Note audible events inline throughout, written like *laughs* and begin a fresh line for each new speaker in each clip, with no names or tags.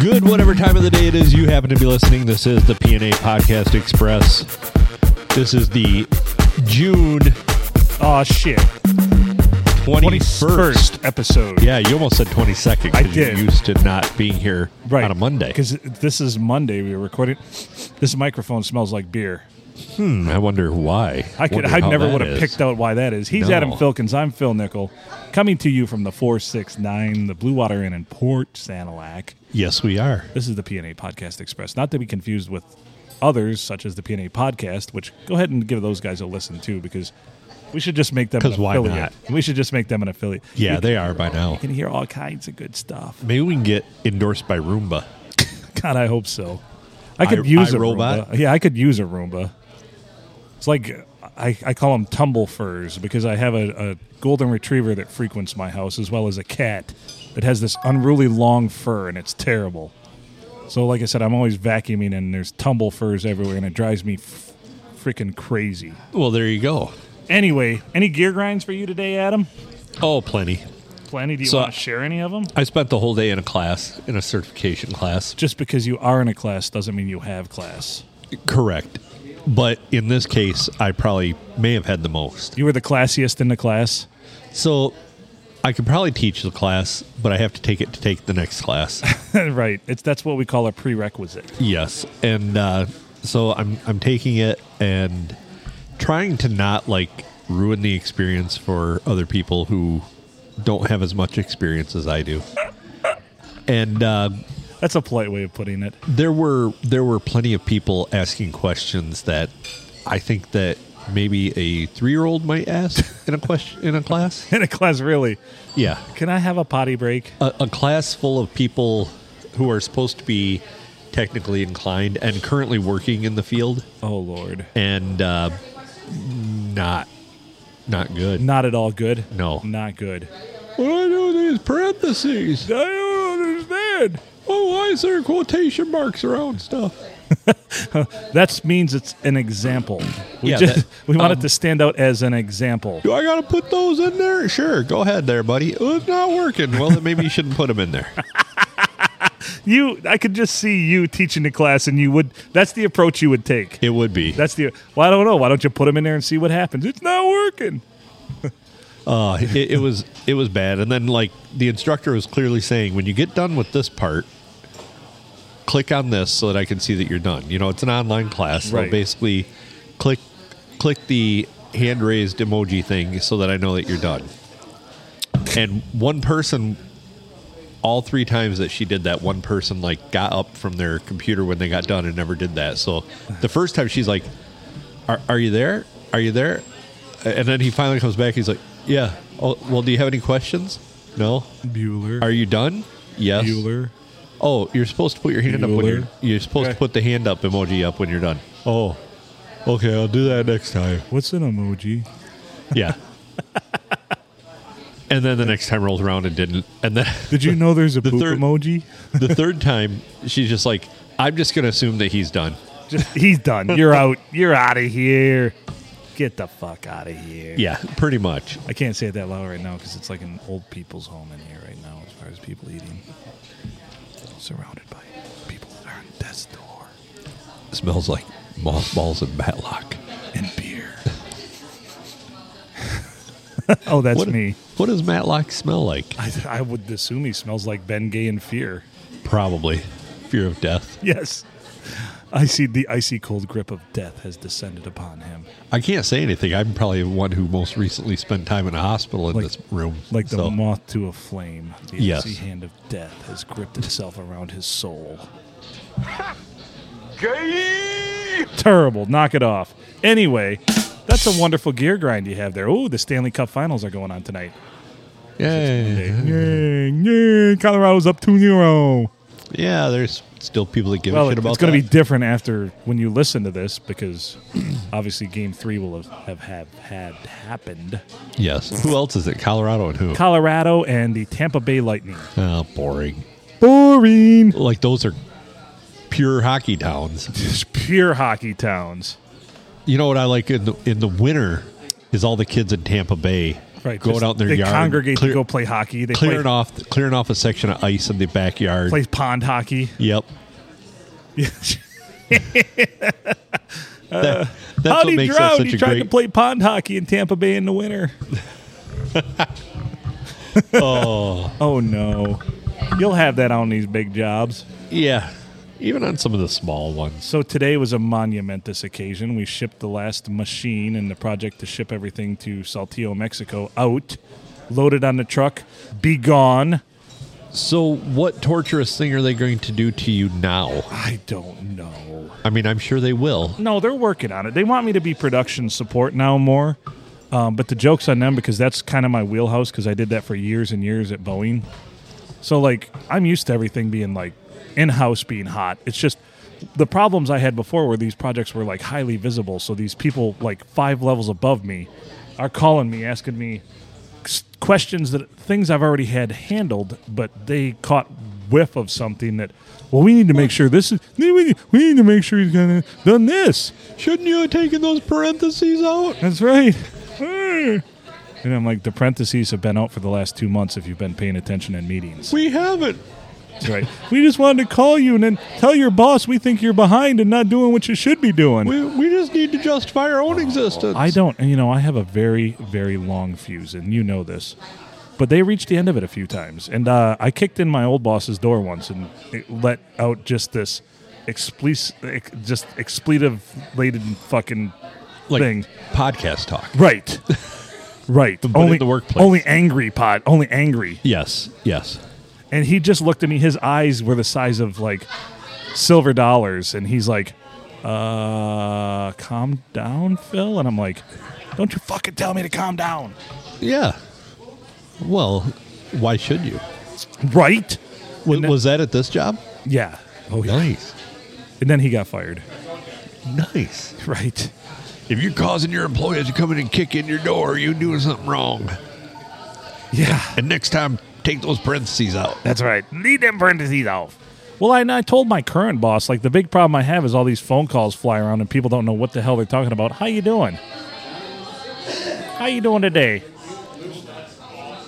Good, whatever time of the day it is you happen to be listening. This is the PNA Podcast Express. This is the June
Oh shit!
21st.
First episode.
Yeah, you almost said 22nd
I
because you're
did.
used to not being here
Right
on a Monday.
because this is Monday. We were recording. This microphone smells like beer.
Hmm, I wonder why.
I could. I never would have picked out why that is. He's
No.
Adam Filkins. I'm Phil Nickel, coming to you from the four six nine, the Blue Water Inn in Port Sanilac.
Yes, we are.
This is the PNA Podcast Express. Not to be confused with others such as the PNA Podcast, which go ahead and give those guys a listen too, because we should just make them. an
'Cause why
affiliate.
not?
We should just make them an affiliate.
Yeah,
you
they are by now.
can hear all kinds of good stuff.
Maybe we can get endorsed by Roomba.
God, I hope so. I could
I-
use a
iRobot?
Roomba. Yeah, I could use a Roomba. It's like I, I call them tumble furs because I have a, a golden retriever that frequents my house as well as a cat that has this unruly long fur and it's terrible. So, like I said, I'm always vacuuming and there's tumble furs everywhere and it drives me f- freaking crazy.
Well, there you go.
Anyway, any gear grinds for you today, Adam?
Oh, plenty.
Plenty. Do you
So-
want to share any of them?
I spent the whole day in a class, in a certification class.
Just because you are in a class doesn't mean you have class.
Correct. But in this case, I probably may have had the most.
You were the classiest in the class.
So I could probably teach the class, but I have to take it to take the next class.
*laughs* right. It's that's what we call a prerequisite.
yes. And uh, so I'm I'm taking it and trying to not like ruin the experience for other people who don't have as much experience as I do. And uh,
That's a polite way of putting it. *laughs*
there were there were plenty of people asking questions that I think that maybe a three year old might ask in a question in a class.
In a class, really.
Yeah,
Can I have a potty break?
a, a class full of people who are supposed to be technically inclined and currently working in the field
Oh Lord.
and uh, not not good.
Not at all good.
No.
Not good.
What do I do with these parentheses?
I don't understand.
Oh, why is there quotation marks around stuff?
That means it's an example. We
Yeah,
just
that-
*laughs* we want
um,
it to stand out as an example.
Do I gotta put those in there? Sure, go ahead there, buddy. Oh, it's not working. Well, then maybe you shouldn't put them in there.
You I could just see you teaching the class and you would that's the approach you would take.
It would be.
That's the well, I don't know. Why don't you put them in there and see what happens? It's not working.
Uh, it, it was it was bad. And then like the instructor was clearly saying, when you get done with this part, click on this so that I can see that you're done. You know, it's an online class. So
Right.
basically, click click the hand raised emoji thing so that I know that you're done. And one person, all three times that she did that, one person like got up from their computer when they got done and never did that. So the first time she's like, "Are, are you there? Are you there?" And then he finally comes back. He's like, "Yeah. Oh, well, do you have any questions? No.
Bueller.
Are you done? Yes.
Bueller.
Oh, you're supposed to put your hand up when
Bueller.
you're you're supposed to
Okay.
put the hand up emoji up when you're done. Oh, okay, I'll do that next time.
What's an emoji?
*laughs* Yeah. and then the next time rolls around and didn't. And then *laughs*
Did you know there's a poop
third-
emoji?
the third time, she's just like, "I'm just gonna assume that he's done."
Just he's done. You're out. You're out of here. Get the fuck out of here.
Yeah, pretty much.
I can't say it that loud right now because it's like an old people's home in here right now as far as people eating. Surrounded by people that are on death's door
smells like mothballs and matlock.
and beer. *laughs* oh, that's
What-
me.
What does matlock smell like?
I, I would assume he smells like Ben Gay in fear.
Probably fear of death.
Yes. I see the icy cold grip of death has descended upon him.
I can't say anything. I'm probably the one who most recently spent time in a hospital in
Like-
this room.
Like the
so-
moth to a flame, the
Yes.
icy hand of death has gripped itself around his soul. Terrible. Knock it off. Anyway, that's a wonderful gear grind you have there. Ooh, the Stanley Cup Finals are going on tonight.
Yeah,
Yay, yay, Colorado's up 2 0.
yeah. There's still people that give
Well,
a
it-
shit about
it's going to be
that.
different after when you listen to this because *clears throat* obviously game three will have, have, have had happened.
yes. Who else is it? Colorado and who?
Colorado and the Tampa Bay Lightning.
oh, boring.
Boring.
Like those are pure hockey towns.
Just pure hockey towns.
You know what I like in the in the winter is all the kids in Tampa Bay
Right.
Going
just-
out in their
they
yard,
congregate
clear-
to go play hockey. They
clearing
play,
off clearing off a section of ice in the backyard.
play pond hockey.
*laughs* Yep. That- that's
How'd
what
he
makes
drown?
that such
he
a
tried
great.
to play pond hockey in Tampa Bay in
*laughs*
the winter. oh. oh no. You'll have that on these big jobs.
yeah, even on some of the small ones.
So today was a monumentous occasion. We shipped the last machine in the project to ship everything to Saltillo, Mexico out, loaded on the truck, be gone.
So, what torturous thing are they going to do to you now?
I don't know.
I mean, I'm sure they will.
No, they're working on it. They want me to be production support now more. Um, but the joke's on them because that's kind of my wheelhouse because I did that for years and years at Boeing. So, like, I'm used to everything being like in house being hot. It's just the problems I had before were these projects were like highly visible. So, these people, like five levels above me, are calling me, asking me s- questions that things I've already had handled, but they caught whiff of something that, well, we need to make sure this is, we need we need to make sure he's gonna done this.
Shouldn't you have taken those parentheses out?
That's right. Mm. and I'm like, the parentheses have been out for the last two months if you've been paying attention in
*laughs*
meetings.
We haven't.
That's right. We just wanted to call you and then tell your boss we think you're behind and not doing what you should be doing.
We, we just need to justify our own existence.
I don't, and you know, I have a very, very long fuse, and you know this. But they reached the end of it a few times, and uh, I kicked in my old boss's door once and it let out just this expletive, just expletive laden fucking
like
thing.
podcast talk. *laughs*
Right, right. only
in the workplace.
Only angry pot. Only angry.
Yes, yes.
And he just looked at me. His eyes were the size of like silver dollars. And he's like, uh, calm down, Phil. And I'm like, don't you fucking tell me to calm down.
Yeah. Well, why should you?
Right?
W- was that at this job?
Yeah. Oh, yeah.
Nice,
And then he got fired.
nice.
Right.
If you're causing your employees to come in and kick in your door, you're doing something wrong.
Yeah.
And next time, take those parentheses out.
That's right. Leave them parentheses off. Well, I, and I told my current boss, like, the big problem I have is all these phone calls fly around and people don't know what the hell they're talking about. How you doing? How you doing today?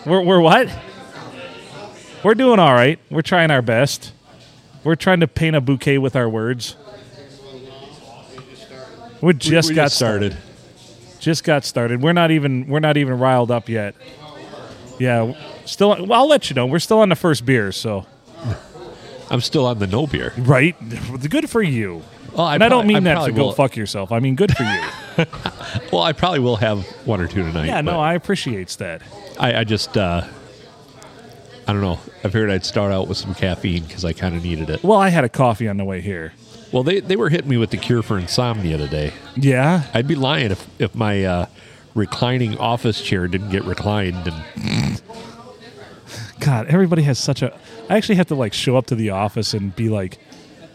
We're, we're what? We're doing all right. We're trying our best. We're trying to paint a bouquet with our words. We just got started. just got started. We're not even we're not even riled up yet. Yeah, w- still. Well, I'll let you know. We're still on the first beer, so
I'm still on the no beer.
right. Good for you.
Well, I
and I don't
probably-
mean
I
that to
probably
go
will-
fuck yourself. I mean good for
*laughs*
you.
Well, I probably will have one or two tonight.
yeah, no,
but
I appreciates that.
I, I just, uh, I don't know. I figured I'd start out with some caffeine because I kind of needed it.
Well, I had a coffee on the way here.
Well, they, they were hitting me with the cure for insomnia today.
Yeah,
I'd be lying if, if my uh, reclining office chair didn't get reclined. And
God, everybody has such a. I actually have to like show up to the office and be like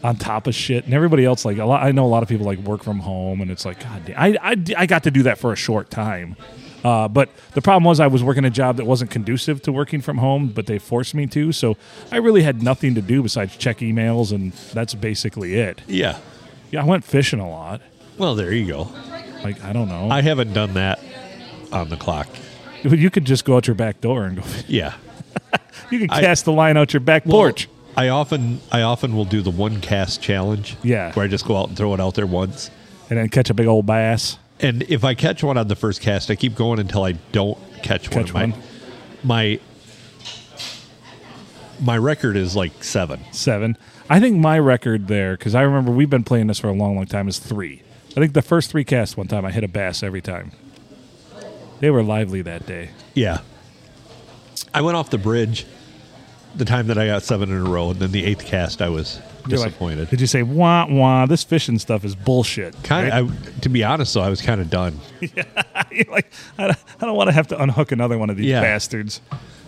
on top of shit, and everybody else like a lot. I know a lot of people like work from home, and it's like God, damn, I I I got to do that for a short time. Uh, but the problem was I was working a job that wasn't conducive to working from home, but they forced me to. So I really had nothing to do besides check emails, and that's basically it.
yeah.
Yeah, I went fishing a lot.
Well, there you go.
Like I don't know,
I haven't done that on the clock.
you could just go out your back door and go. *laughs*
Yeah.
You could
I-
cast the line out your back porch.
I often I often will do the one cast challenge.
Yeah.
Where I just go out and throw it out there once.
and then catch a big old bass.
And if I catch one on the first cast, I keep going until I don't catch,
Catch
one.
one.
My, my my record is like seven.
seven. I think my record there, because I remember we've been playing this for a long, long time, is three. I think the first three casts one time I hit a bass every time. They were lively that day.
Yeah. I went off the bridge the time that I got seven in a row, and then the eighth cast I was
You're like,
disappointed.
Did you say wah wah? This fishing stuff is bullshit.
kind
right?
of, I, to be honest, though, I was kind of done.
*laughs* You're like I don't, I don't want to have to unhook another one of these
Yeah.
bastards.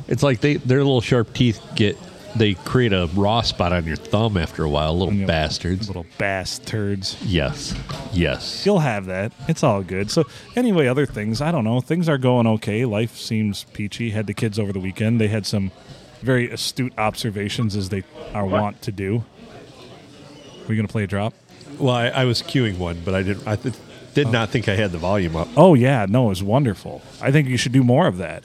It's like they their little sharp teeth get they create a raw spot on your thumb after a while, little
You know,
bastards.
little bastards.
Yes, yes.
You'll have that. It's all good. So anyway, other things. I don't know. Things are going okay. Life seems peachy. Had the kids over the weekend. They had some very astute observations as they are wont to do. Are we gonna play a drop?
Well, I, I was queuing one, but I didn't. I th- Did not think I had the volume up.
Oh yeah, no, it was wonderful. I think you should do more of that.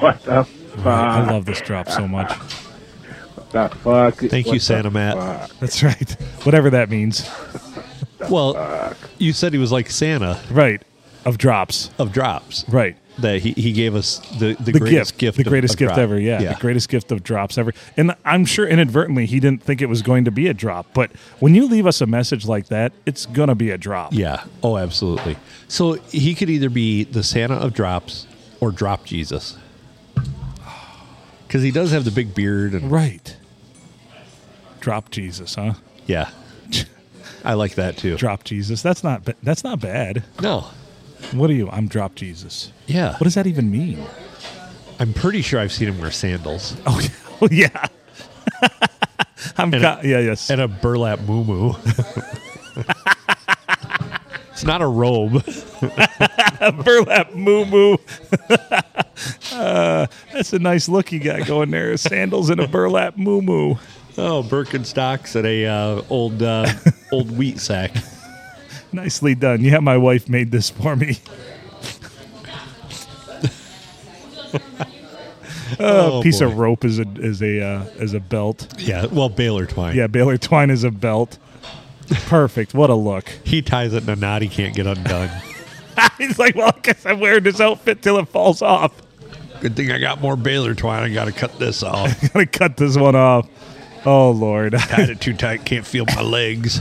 What the
I
fuck?
love this drop so much.
The fuck?
Thank you,
What the
Santa Matt.
fuck?
That's right. *laughs* Whatever that means.
Well, you said he was like Santa
Right. Of drops.
of drops.
Right.
That he, he gave us the, the,
The
greatest gift.
gift, the
of-
greatest
of
gift
drop.
ever, yeah, the greatest gift of drops ever. And I'm sure inadvertently he didn't think it was going to be a drop, but when you leave us a message like that, it's gonna be a drop.
Yeah. Oh, absolutely. So he could either be the Santa of drops or drop Jesus. Because he does have the big beard and
Right. Drop Jesus, huh?
yeah, I like that too.
Drop Jesus. That's not ba- that's not bad.
No,
What are you? I'm Drop Jesus.
yeah,
What does that even mean? *laughs*
I'm pretty sure I've seen him wear sandals
Oh, oh yeah. *laughs* I'm co- yeah, yes.
and a burlap muumuu. *laughs* it's not a robe.
burlap moo moo. *laughs* Uh, that's a nice look you got going there. Sandals and a burlap moo moo.
Oh, Birkenstocks and a uh, old uh, old wheat *laughs* sack.
Nicely done. Yeah, my wife made this for me.
Oh,
a piece
boy.
of rope is a is a uh, is a belt.
yeah. Well, Baylor twine.
Yeah, Baylor twine is a belt. Perfect. What a look. *laughs*
he ties it in a knot. He can't get undone.
He's like, well, I guess I'm wearing this outfit till it falls off. *laughs*
Good thing I got more Baylor twine. I got to cut this off. *laughs*
Gotta cut this one off. Oh Lord. *laughs*
Tied it too tight. Can't feel my legs.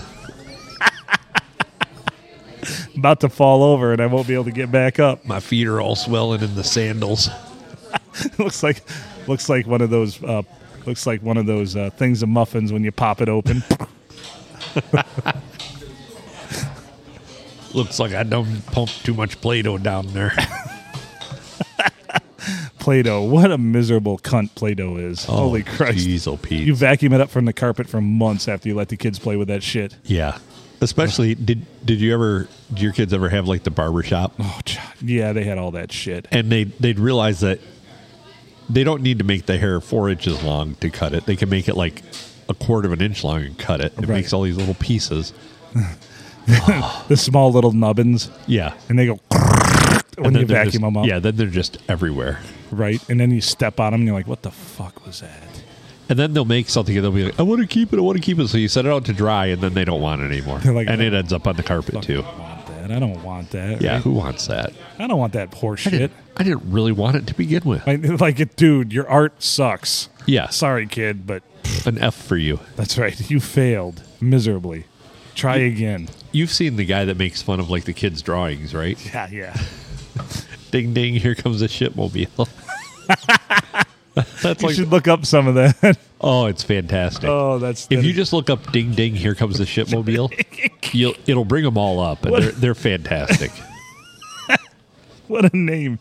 about to fall over and I won't be able to get back up. *laughs*
My feet are all swelling in the sandals.
looks like looks like one of those uh, looks like one of those uh, things of muffins when you pop it open. *laughs*
Looks like I done pumped too much Play-Doh down there. *laughs*
Play-Doh. What a miserable cunt Play-Doh is. Holy Christ.
Jeez, oh, Pete.
You vacuum it up from the carpet for months after you let the kids play with that shit.
yeah. Especially did did you ever did your kids ever have like the barber shop
Oh, God. yeah, they had all that shit.
and they they'd realize that they don't need to make the hair four inches long to cut it. They can make it like a quarter of an inch long and cut it. It
Right.
makes all these little pieces.
The small little nubbins,
Yeah.
and they go when
And then
you
they're
vacuum
just-
them up,
Yeah, then they're just everywhere.
right? And then you step on them, and you're like, "What the fuck was that?"
And then they'll make something and they'll be like, I want to keep it, I want to keep it. So you set it out to dry and then they don't want it anymore.
They're like, "Oh,
and it ends up on the carpet
Fuck, I
too.
don't want that. I don't want that.
Yeah,
right?
who wants that?
I don't want that horse
I
shit.
didn't, I didn't really want it to begin with.
Like, *laughs* like it, dude, your art sucks.
Yeah.
Sorry, kid, but
An F for you.
that's right. *laughs* You failed miserably. Try again.
You've seen the guy that makes fun of like the kids' drawings, right?
Yeah, yeah.
Ding ding, here comes a shitmobile. *laughs* That's
You
like
should look up some of that. *laughs*
oh, it's fantastic.
oh, that's
if
that
you
is- *laughs*
just look up "ding ding, here comes the shitmobile," you'll it'll bring them all up, and
What?
they're they're
*laughs*
fantastic.
what a name.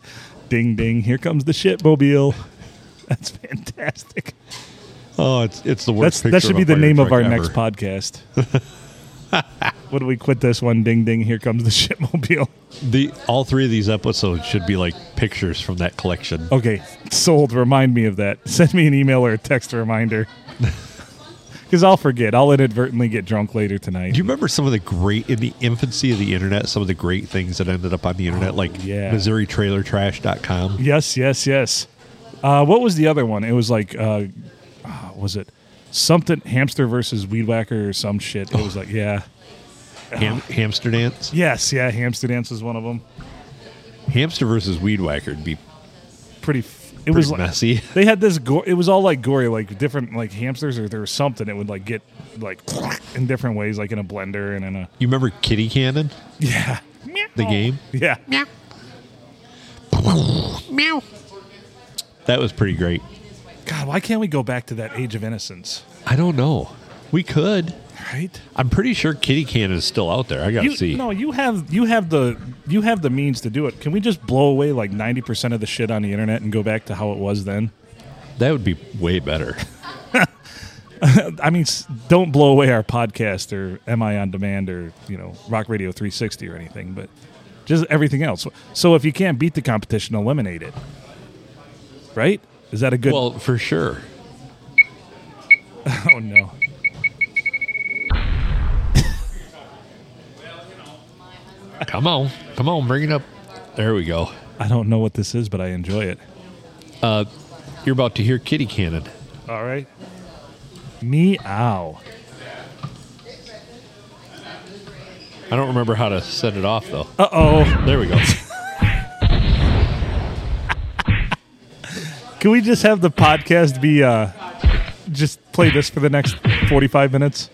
Ding ding, here comes the shitmobile. That's fantastic.
Oh, it's it's the worst.
That's
picture
that should
a
be the
fire
name of
truck
our
ever.
next podcast. *laughs* what do we quit this one? Ding ding, here comes the *laughs* shitmobile.
The all three of these episodes should be like pictures from that collection.
Okay, sold. Remind me of that. Send me an email or a text reminder. *laughs* Because I'll forget. I'll inadvertently get drunk later tonight.
Do you remember some of the great in the infancy of the internet? Some of the great things that ended up on the internet, like
Oh, yeah.
MissouriTrailerTrash.com.
Yes, yes, yes. Uh, what was the other one? It was like, uh, ah, was it something hamster versus weed whacker or some shit? It was like, yeah,
Ham, hamster dance,
yes, yeah. Hamster dance was one of them.
hamster versus weed whacker would be
Pretty. F- it
pretty
was like
messy. *laughs*
they had this. Go- it was all like gory, like different like hamsters or there was something. It would like get like *sniffs* in different ways, like in a blender and in a
you remember Kitty Cannon,
yeah,
the
Oh.
game?
yeah.
Meow. Meow.
That was pretty great.
God, why can't we go back to that age of innocence?
I don't know. We could.
Right?
I'm pretty sure Kitty Cannon is still out there. I gotta
You,
see.
No, you have you have the you have the means to do it. Can we just blow away like ninety percent of the shit on the internet and go back to how it was then?
That would be way better.
*laughs* I mean, s- don't blow away our podcast or Am I on Demand or you know Rock Radio 360 or anything, but just everything else. So if you can't beat the competition, eliminate it. Right? Is that a good?
well, for sure.
*laughs* oh no.
Come on. Come on. Bring it up. There we go.
I don't know what this is, but I enjoy it.
You're about to hear kitty cannon.
All right. Meow.
I don't remember how to set it off, though.
Uh oh.
There
*laughs*
we go.
Can we just have the podcast be uh just play this for the next 45 minutes?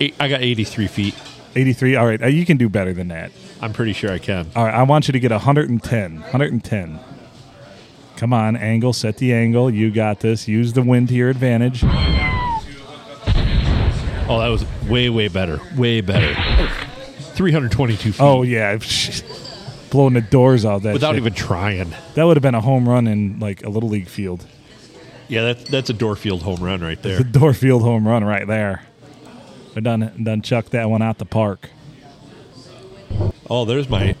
Eight, I got 83 feet.
83. All right. Uh, You can do better than that.
I'm pretty sure I can.
All right. I want you to get 110. 110. Come on, angle, set the angle. You got this. Use the wind to your advantage.
Oh, that was way, way better. Way better. 322 feet.
Oh yeah, *laughs* blowing the doors out that
without
shit.
even trying.
that would have been a home run in like a little league field.
Yeah, that's that's a Dorfield home run right
The
there.
door field home run right there. I done done chuck that one out the park.
Oh, there's my.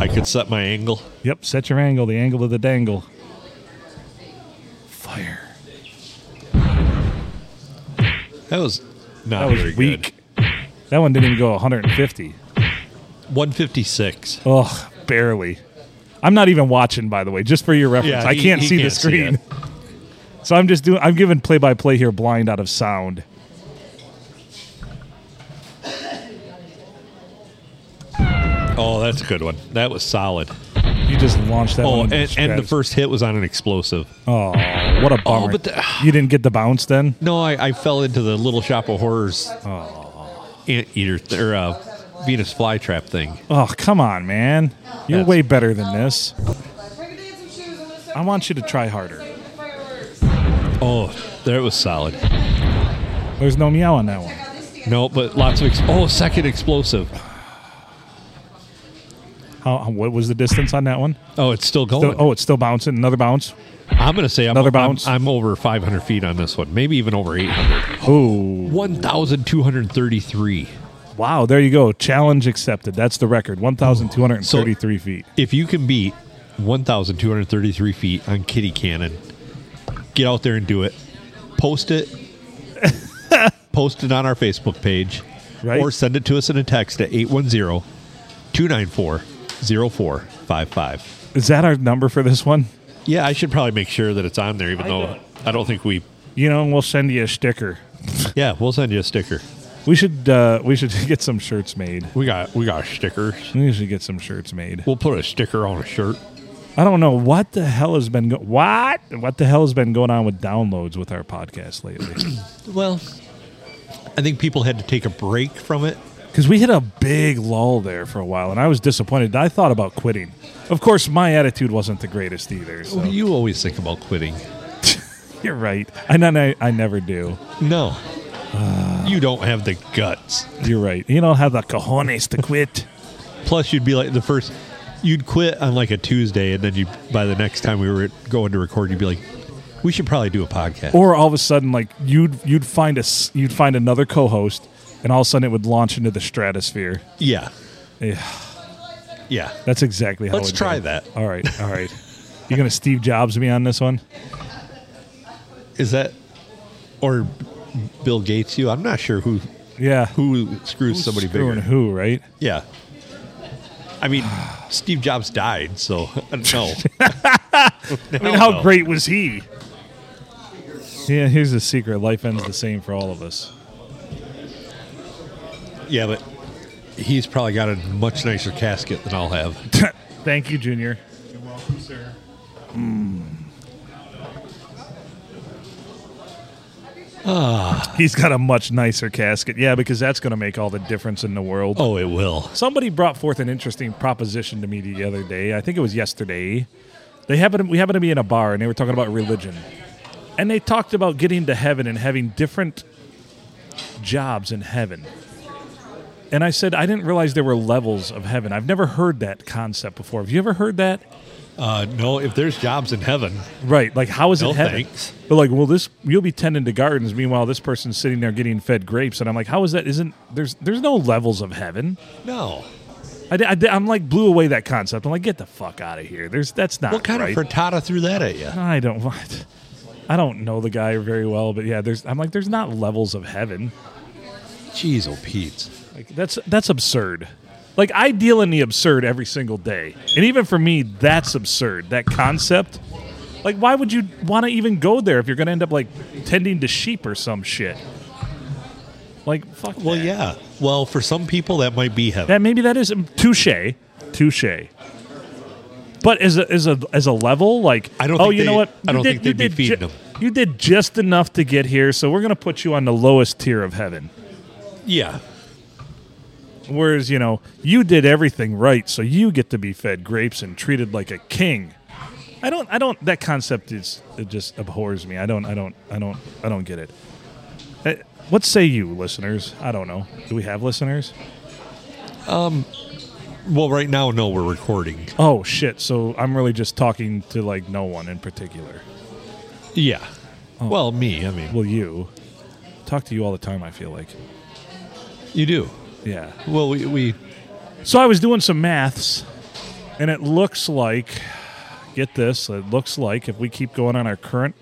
I could set my angle.
Yep, set your angle, the angle of the dangle. Fire.
That was not
That was
very
weak. That one didn't even go 150.
good. 156.
Ugh, barely. I'm not even watching, by the way, just for your reference.
Yeah,
I
he-
can't
he
see the
can't see
screen.
it.
so I'm just doing. I'm giving play by play here, blind out of sound.
Oh, that's a good one. That was solid.
You just launched that
Oh,
one.
and, and the
first.
first hit was on an explosive.
Oh, what a bummer!
but the-
you didn't get the bounce then.
No, I, I fell into the Little Shop of Horrors ant eater or uh, Venus flytrap thing.
Oh, come on, man! You're
That's-
way better than this.
I want you to try harder.
Oh, there it was solid.
There's no meow on that one.
No, but lots of ex- oh, second explosive.
How? What was the distance on that one?
Oh, it's still going.
Still- oh, it's still bouncing. Another bounce.
I'm gonna say I'm,
Another
I'm-
bounce.
I'm, over 500 feet on this one, maybe even over 800.
Oh,
1,233.
wow! There you go. Challenge accepted. That's the record. One thousand two hundred and thirty-three feet.
If you can beat 1,233 feet on kitty cannon, get out there and do it. Post
*laughs*
it. Post it on our Facebook page.
Right.
Or send it to us in a text at 810 294 0455.
Is that our number for this one?
Yeah, I should probably make sure that it's on there, even though I don't think we.
You know, we'll send you a sticker.
Yeah, we'll send you a sticker.
We should. Uh, we should *laughs* get some shirts made.
We got we got stickers.
We should get some shirts made.
We'll put a sticker on a shirt.
I don't know what the hell has been go- what what the hell has been going on with downloads with our podcast lately *clears throat*
Well, I think people had to take a break from it.
because we hit a big lull there for a while and I was disappointed. I thought about quitting. Of course, my attitude wasn't the greatest either. So
You always think about quitting.
*laughs* you're right. I, no, no, I never do.
No. Uh, you don't have the guts.
You're right. You don't have the cojones to quit. *laughs*
Plus, you'd be like the first, you'd quit on like a Tuesday, and then you, by the next time we were going to record, you'd be like, we should probably do a podcast.
or all of a sudden, like you'd you'd find us you'd find another co-host, and all of a sudden it would launch into the stratosphere.
yeah.
Yeah.
Yeah.
That's exactly how.
Let's
it
try
goes.
that.
All right, all right. You gonna Steve Jobs me on this one?
Is that, or Bill Gates, you? I'm not sure who
Yeah.
who screws somebody
screwing
bigger.
who, right?
Yeah. I mean, Steve Jobs died, so *laughs* no.
I mean, how great was he? Yeah, here's the secret. Life ends the same for all of us.
Yeah, but he's probably got a much nicer casket than I'll have.
Thank you, Junior. Hmm. You're welcome, sir. He's got a much nicer casket. Yeah, because that's going to make all the difference in the world.
Oh, it will.
Somebody brought forth an interesting proposition to me the other day. I think it was yesterday. They happened we happened to be in a bar and they were talking about religion. And they talked about getting to heaven and having different jobs in heaven. And I said I didn't realize there were levels of heaven. I've never heard that concept before. Have you ever heard that?
Uh, no, if there's jobs in heaven,
Right. Like how is
No
it heaven?
thanks.
They're like, well this you'll be tending to gardens, meanwhile this person's sitting there getting fed grapes. And I'm like, how is that isn't there's there's no levels of heaven.
no.
I, am like blew away that concept. I'm like, get the fuck out of here. There's that's not
What kind
right.
of frittata threw that at you?
I don't *laughs* want. I don't know the guy very well, but yeah, there's. I'm like, there's not levels of heaven.
Jeez, oh Pete.
Like that's that's absurd. Like I deal in the absurd every single day, and even for me, that's absurd. That concept. Like, why would you want to even go there if you're going to end up like tending to sheep or some shit? Like, fuck.
Well,
that.
yeah. Well, for some people, that might be heaven.
That maybe that is touche, touche. But as a as a as a level, like
I don't
Oh,
think
you know
they-
what?
I don't
you
think they'd be
you did
feeding 'em.
You did just enough to get here, so we're gonna put you on the lowest tier of heaven.
yeah.
Whereas you know you did everything right, so you get to be fed grapes and treated like a king. I don't. I don't. That concept is it just abhors me. I don't. I don't. I don't. I don't get it. Uh, What say you, listeners? I don't know. Do we have listeners?
Well, right now, no, we're recording.
Oh shit! So I'm really just talking to like no one in particular.
Yeah. Well, me. I mean,
Well, you talk to you all the time. I feel like.
you do.
Yeah.
Well, we, we
So I was doing some maths, and it looks like, get this, it looks like if we keep going on our current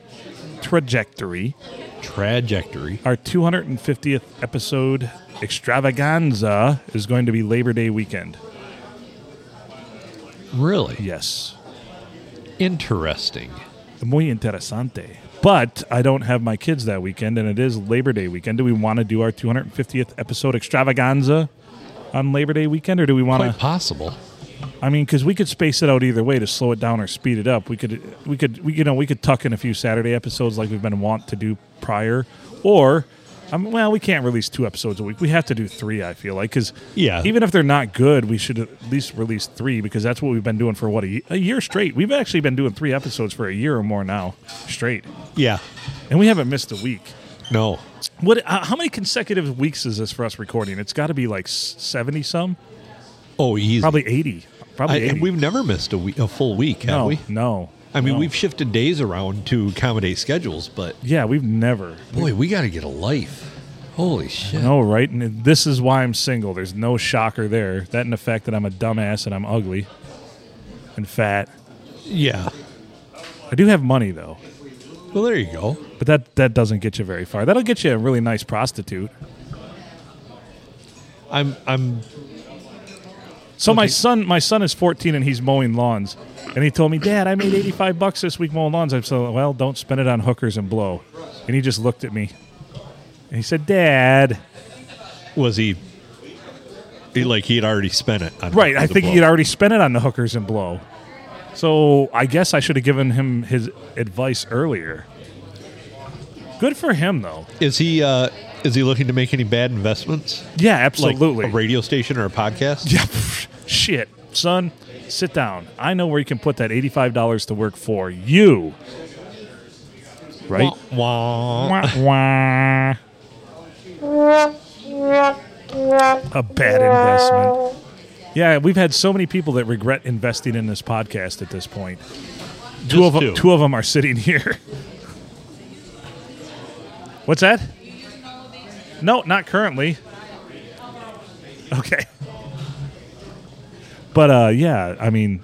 trajectory,
trajectory.
our 250th episode extravaganza is going to be Labor Day weekend.
Really
Yes.
interesting.
Muy interesante. But I don't have my kids that weekend, and it is Labor Day weekend. Do we want to do our 250th episode extravaganza on Labor Day weekend, or do we want
Quite
to?
possible.
I mean, because we could space it out either way to slow it down or speed it up. We could, we could, we, you know, we could tuck in a few Saturday episodes like we've been wont to do prior, or, I mean, well, we can't release two episodes a week. We have to do three. I feel like because
Yeah.
even if they're not good, we should at least release three because that's what we've been doing for what a, ye- a year straight. We've actually been doing three episodes for a year or more now straight,
Yeah.
and we haven't missed a week.
No.
What? Uh, how many consecutive weeks is this for us recording? It's got to be like seventy some,
Oh, easy.
probably eighty, probably
I,
80.
and we've never missed a, week, a full week, have
no,
we?
no.
I mean,
no.
we've shifted days around to accommodate schedules, but
Yeah, we've never.
boy, we got to get a life. Holy shit.
No, right? And this is why I'm single. There's no shocker there. That and the fact that I'm a dumbass and I'm ugly and fat.
Yeah.
I do have money though,
Well, there you go.
but that that doesn't get you very far. That'll get you a really nice prostitute.
I'm I'm
So my son, my son is 14 and he's mowing lawns, and he told me, "Dad, I made 85 bucks this week mowing lawns." I said, "Well, don't spend it on hookers and blow." And he just looked at me, and he said, "Dad."
was he, he like he had already spent it. On
Right.
the
I think
blow.
he'd already spent it on the hookers and blow. So I guess I should have given him his advice earlier. Good for him, though.
Is he uh is he looking to make any bad investments?
Yeah,
Like
absolutely.
a radio station or a podcast?
Yeah, pff, Shit, son, sit down. I know where you can put that eighty-five dollars to work for you. Right.
Wah, wah.
Wah, *laughs* wah. A bad investment. Yeah, we've had so many people that regret investing in this podcast at this point. two of
Just
them, two of them are sitting here. What's that? No, not currently. Okay. But uh, yeah, I mean,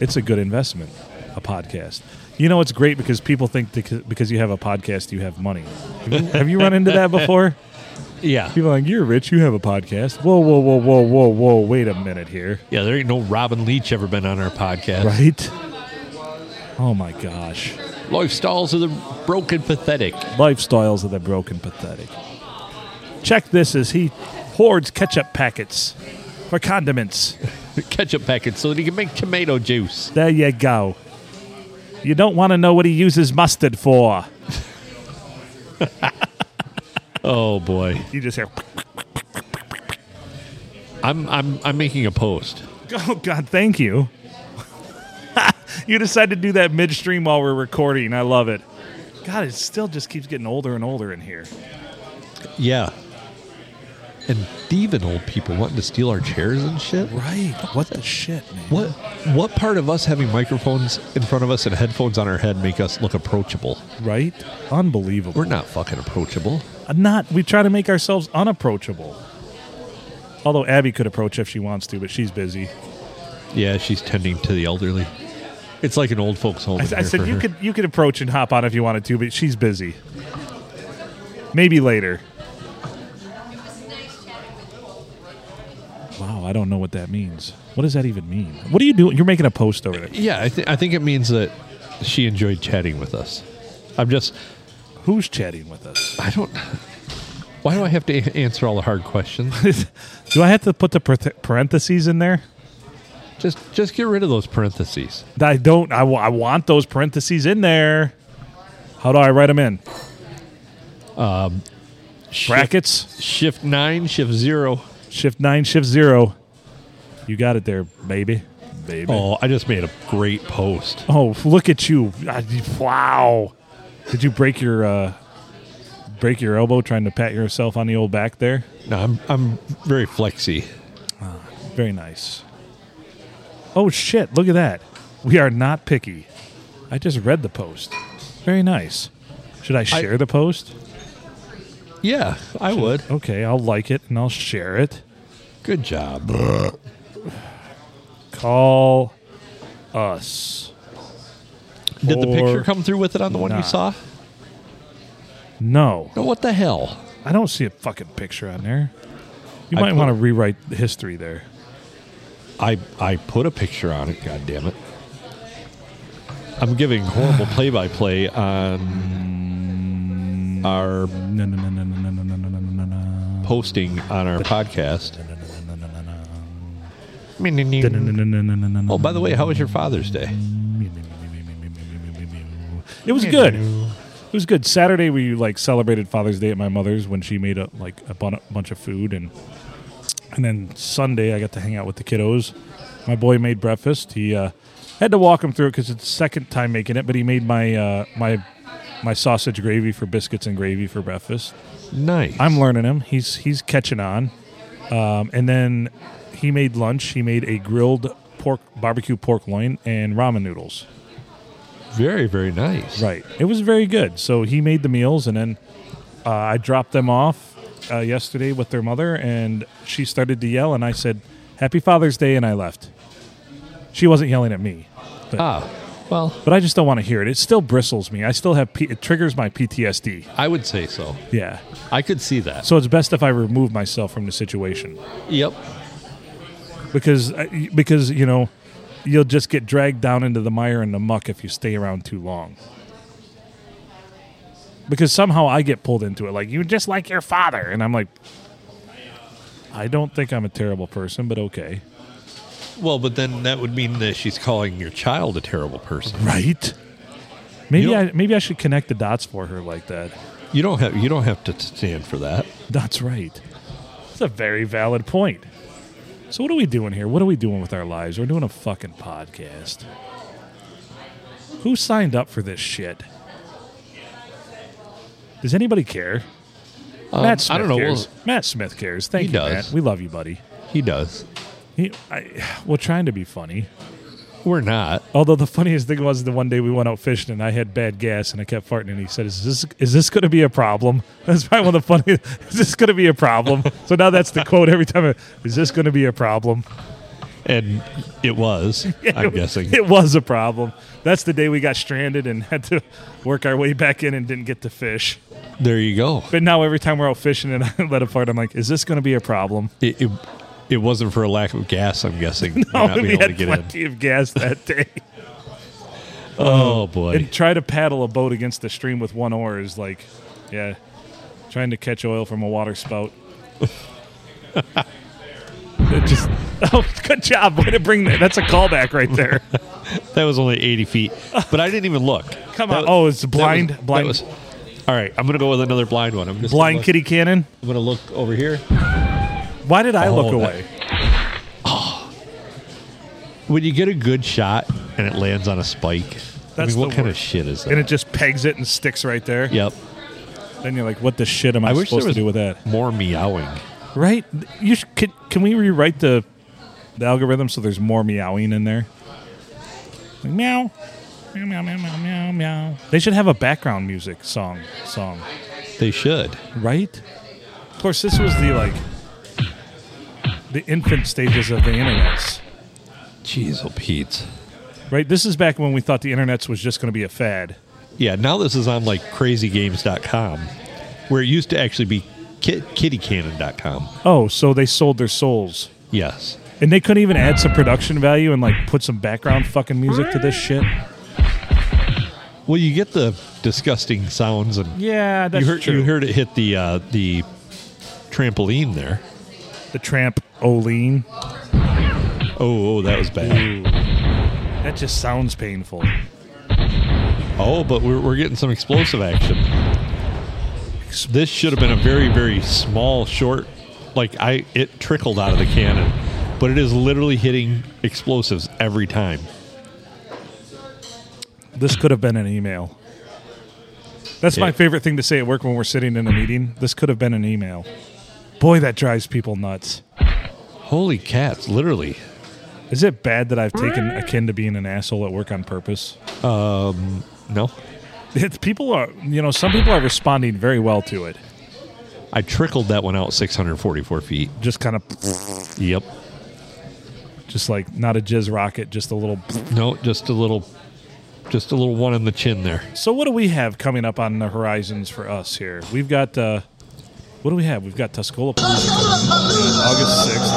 it's a good investment, a podcast. You know, it's great because people think that because you have a podcast, you have money. Have you, have you run into that before?
Yeah.
People are like, you're rich, you have a podcast. Whoa, whoa, whoa, whoa, whoa, whoa, wait a minute here.
Yeah, there ain't no Robin Leach ever been on our podcast.
Right? Oh my gosh.
Lifestyles of the broken pathetic.
lifestyles of the broken pathetic. Check this as he hoards ketchup packets for condiments.
Ketchup packets so that he can make tomato juice.
There you go. You don't want to know what he uses mustard for.
Oh boy.
You just hear. *laughs*
I'm I'm I'm making a post.
Oh God, thank you. *laughs* you decided to do that midstream while we're recording. I love it. God, it still just keeps getting older and older in here.
Yeah. And thieving old people wanting to steal our chairs and shit.
Right. What the shit, man?
What what part of us having microphones in front of us and headphones on our head make us look approachable?
Right? Unbelievable.
We're not fucking approachable.
not we try to make ourselves unapproachable although abby could approach if she wants to but she's busy
Yeah, she's tending to the elderly. It's like an old folks home.
i,
in
I
here
said
for
you
her.
could you could approach and hop on if you wanted to but she's busy maybe later wow I don't know what that means. What does that even mean? What are you doing? You're making a post over there.
Yeah, I, th- I think it means that she enjoyed chatting with us. I'm just,
Who's chatting with us? *laughs*
I don't. Why do I have to a- answer all the hard
*laughs*
questions?
Do I have to put the parth- parentheses in there?
just, just get rid of those parentheses.
I don't. I wa- I want those parentheses in there. How do I write them in? Brackets.
Shift, shift nine, shift zero.
Shift nine. Shift zero. You got it there, baby. Baby.
Oh, I just made a great post.
Oh, look at you! I- Wow, did you break your uh, break your elbow trying to pat yourself on the old back there?
No, I'm, I'm very flexy.
Very nice. Oh shit! Look at that. We are not picky. I just read the post. Very nice. Should I share the post?
Yeah, I would.
Okay, I'll like it and I'll share it.
Good job.
Call us.
Did the picture
Or
come through with it on the one you
not.
saw?
No,
No, what the hell?
I don't see a fucking picture on there. You
I
might
put-
want to rewrite the history there.
I I put a picture on it. God damn it! I'm giving horrible play-by-play on our
No, no, no, no, no, no, no, no, no, no, no, no.
posting on our podcast. Oh, by the way, how was your Father's Day?
It was good. It was good. Saturday we like celebrated Father's Day at my mother's when she made a, like a bun- bunch of food and and then Sunday I got to hang out with the kiddos. My boy made breakfast. He uh, had to walk him through it because it's the second time making it, but he made my uh, my my sausage gravy for biscuits and gravy for breakfast.
Nice.
I'm learning him. He's he's catching on. Um, and then he made lunch. He made a grilled pork barbecue pork loin and ramen noodles.
very very nice.
Right. It was very good. So he made the meals, and then uh, I dropped them off uh, yesterday with their mother, and she started to yell, and I said, "Happy Father's Day," and I left. She wasn't yelling at me, but,
Ah, well,
but I just don't want to hear it. It still bristles me. I still have P- it triggers my PTSD.
I would say so.
Yeah.
I could see that.
So it's best if I remove myself from the situation.
Yep.
because uh, because you know you'll just get dragged down into the mire and the muck if you stay around too long because somehow i get pulled into it like you just like your father and i'm like i don't think i'm a terrible person but okay
Well, but then that would mean that she's calling your child a terrible person.
right maybe
You
i
don't-
maybe i should connect the dots for her like that
You don't have you don't have to t- stand for that.
that's right that's a very valid point so what are we doing here what are we doing with our lives we're doing a fucking podcast Who signed up for this shit? Does anybody care?
Um,
Matt Smith
I don't know.
cares.
Well,
Matt Smith cares. Thank
He
you,
does.
Matt. We love you, buddy.
he does.
He, I, *sighs* we're trying to be funny.
We're not.
Although the funniest thing was the one day we went out fishing and I had bad gas and I kept farting and he said, "Is this is this going to be a problem?" *laughs* That's probably one of the funniest. *laughs* Is this going to be a
*laughs*
problem? so now that's the quote every time. Is this going to be a problem? *laughs*
And it was, I'm
it,
guessing.
It was a problem. That's the day we got stranded and *laughs* had to work our way back in and didn't get to fish.
there you go.
But now every time we're out fishing and *laughs* I let it fart, I'm like, is this going to be a problem?
It, it, it wasn't for a lack of gas, I'm
*laughs*
guessing. for not
we
being able to
had
get in.
plenty of gas that *laughs* day.
Oh boy.
and try to paddle a boat against the stream with one oar is like, yeah, trying to catch oil from a
*laughs*
water spout. it just, *laughs* oh, good job. Way to bring that. That's a callback right there.
That was only 80 feet, but I didn't even look.
Come
That
on.
was-
Oh, it's
that
blind-
was- that
blind-
was- all right, I'm gonna go with another blind one. I'm just
Blind
gonna look-
kitty cannon.
I'm gonna look over here.
Why did I
Oh,
look
that-
away?
When you get a good shot and it lands on a spike, I
That's
mean, what
the
kind
worst.
of shit is that?
and it just pegs it and sticks right there.
yep.
Then you're like, what the shit am I,
I wish there
supposed to
was
do with that?
more meowing.
Right? You sh- can, can we rewrite the the algorithm so there's more meowing in there? Like, meow. Meow, meow, meow, meow, meow, meow. They should have a background music song, song,
They should.
right? Of course, this was the like the infant stages of the internets,
Jeez, oh Pete.
right? This is back when we thought the internets was just going to be a fad.
Yeah, now this is on like crazygames.com, where it used to actually be ki- kittycannon.com.
Oh, so they sold their souls.
Yes.
And they couldn't even add some production value and like put some background fucking music to this shit.
Well, you get the disgusting sounds, and
Yeah, that's
you heard
true.
you heard it hit the uh, the trampoline there.
the tramp Oline.
Oh, oh, that was bad.
That just sounds painful.
Oh, but we're, we're getting some explosive action. This should have been a very very small short. Like I, it trickled out of the cannon, but it is literally hitting explosives every time.
This could have been an email. That's my
Yeah.
favorite thing to say at work when we're sitting in a meeting. This could have been an email. Boy, that drives people nuts.
Holy cats! Literally,
Is it bad that I've taken akin to being an asshole at work on purpose?
no.
It's, people are, you know, some people are responding very well to it.
I trickled that one out 644 feet.
Just kind of,
Yep.
just like not a jizz rocket, just a little.
No, just a little, just a little one on the chin there.
So, what do we have coming up on the horizons for us here? We've got, uh, what do we have? We've got Tuscola August 6th.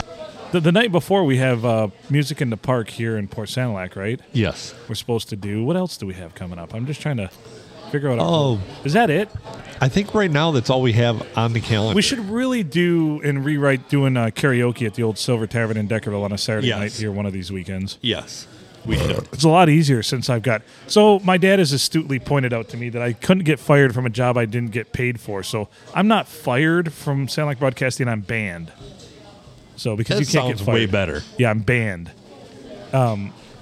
The, the night before, we have uh, Music in the Park here in Port Sanilac, right?
Yes.
We're supposed to do. What else do we have coming up? I'm just trying to figure out.
Oh.
Is that it?
I think right now that's all we have on the calendar.
We should really do and rewrite doing uh, karaoke at the old Silver Tavern in Deckerville on a Saturday
Yes.
night here one of these weekends.
Yes. We should.
It's a lot easier since I've got. So my dad has astutely pointed out to me that I couldn't get fired from a job I didn't get paid for. So I'm not fired from Sound Like Broadcasting. I'm banned. So because
That
you can't
sounds
get fired.
way better.
Yeah, I'm banned. Um,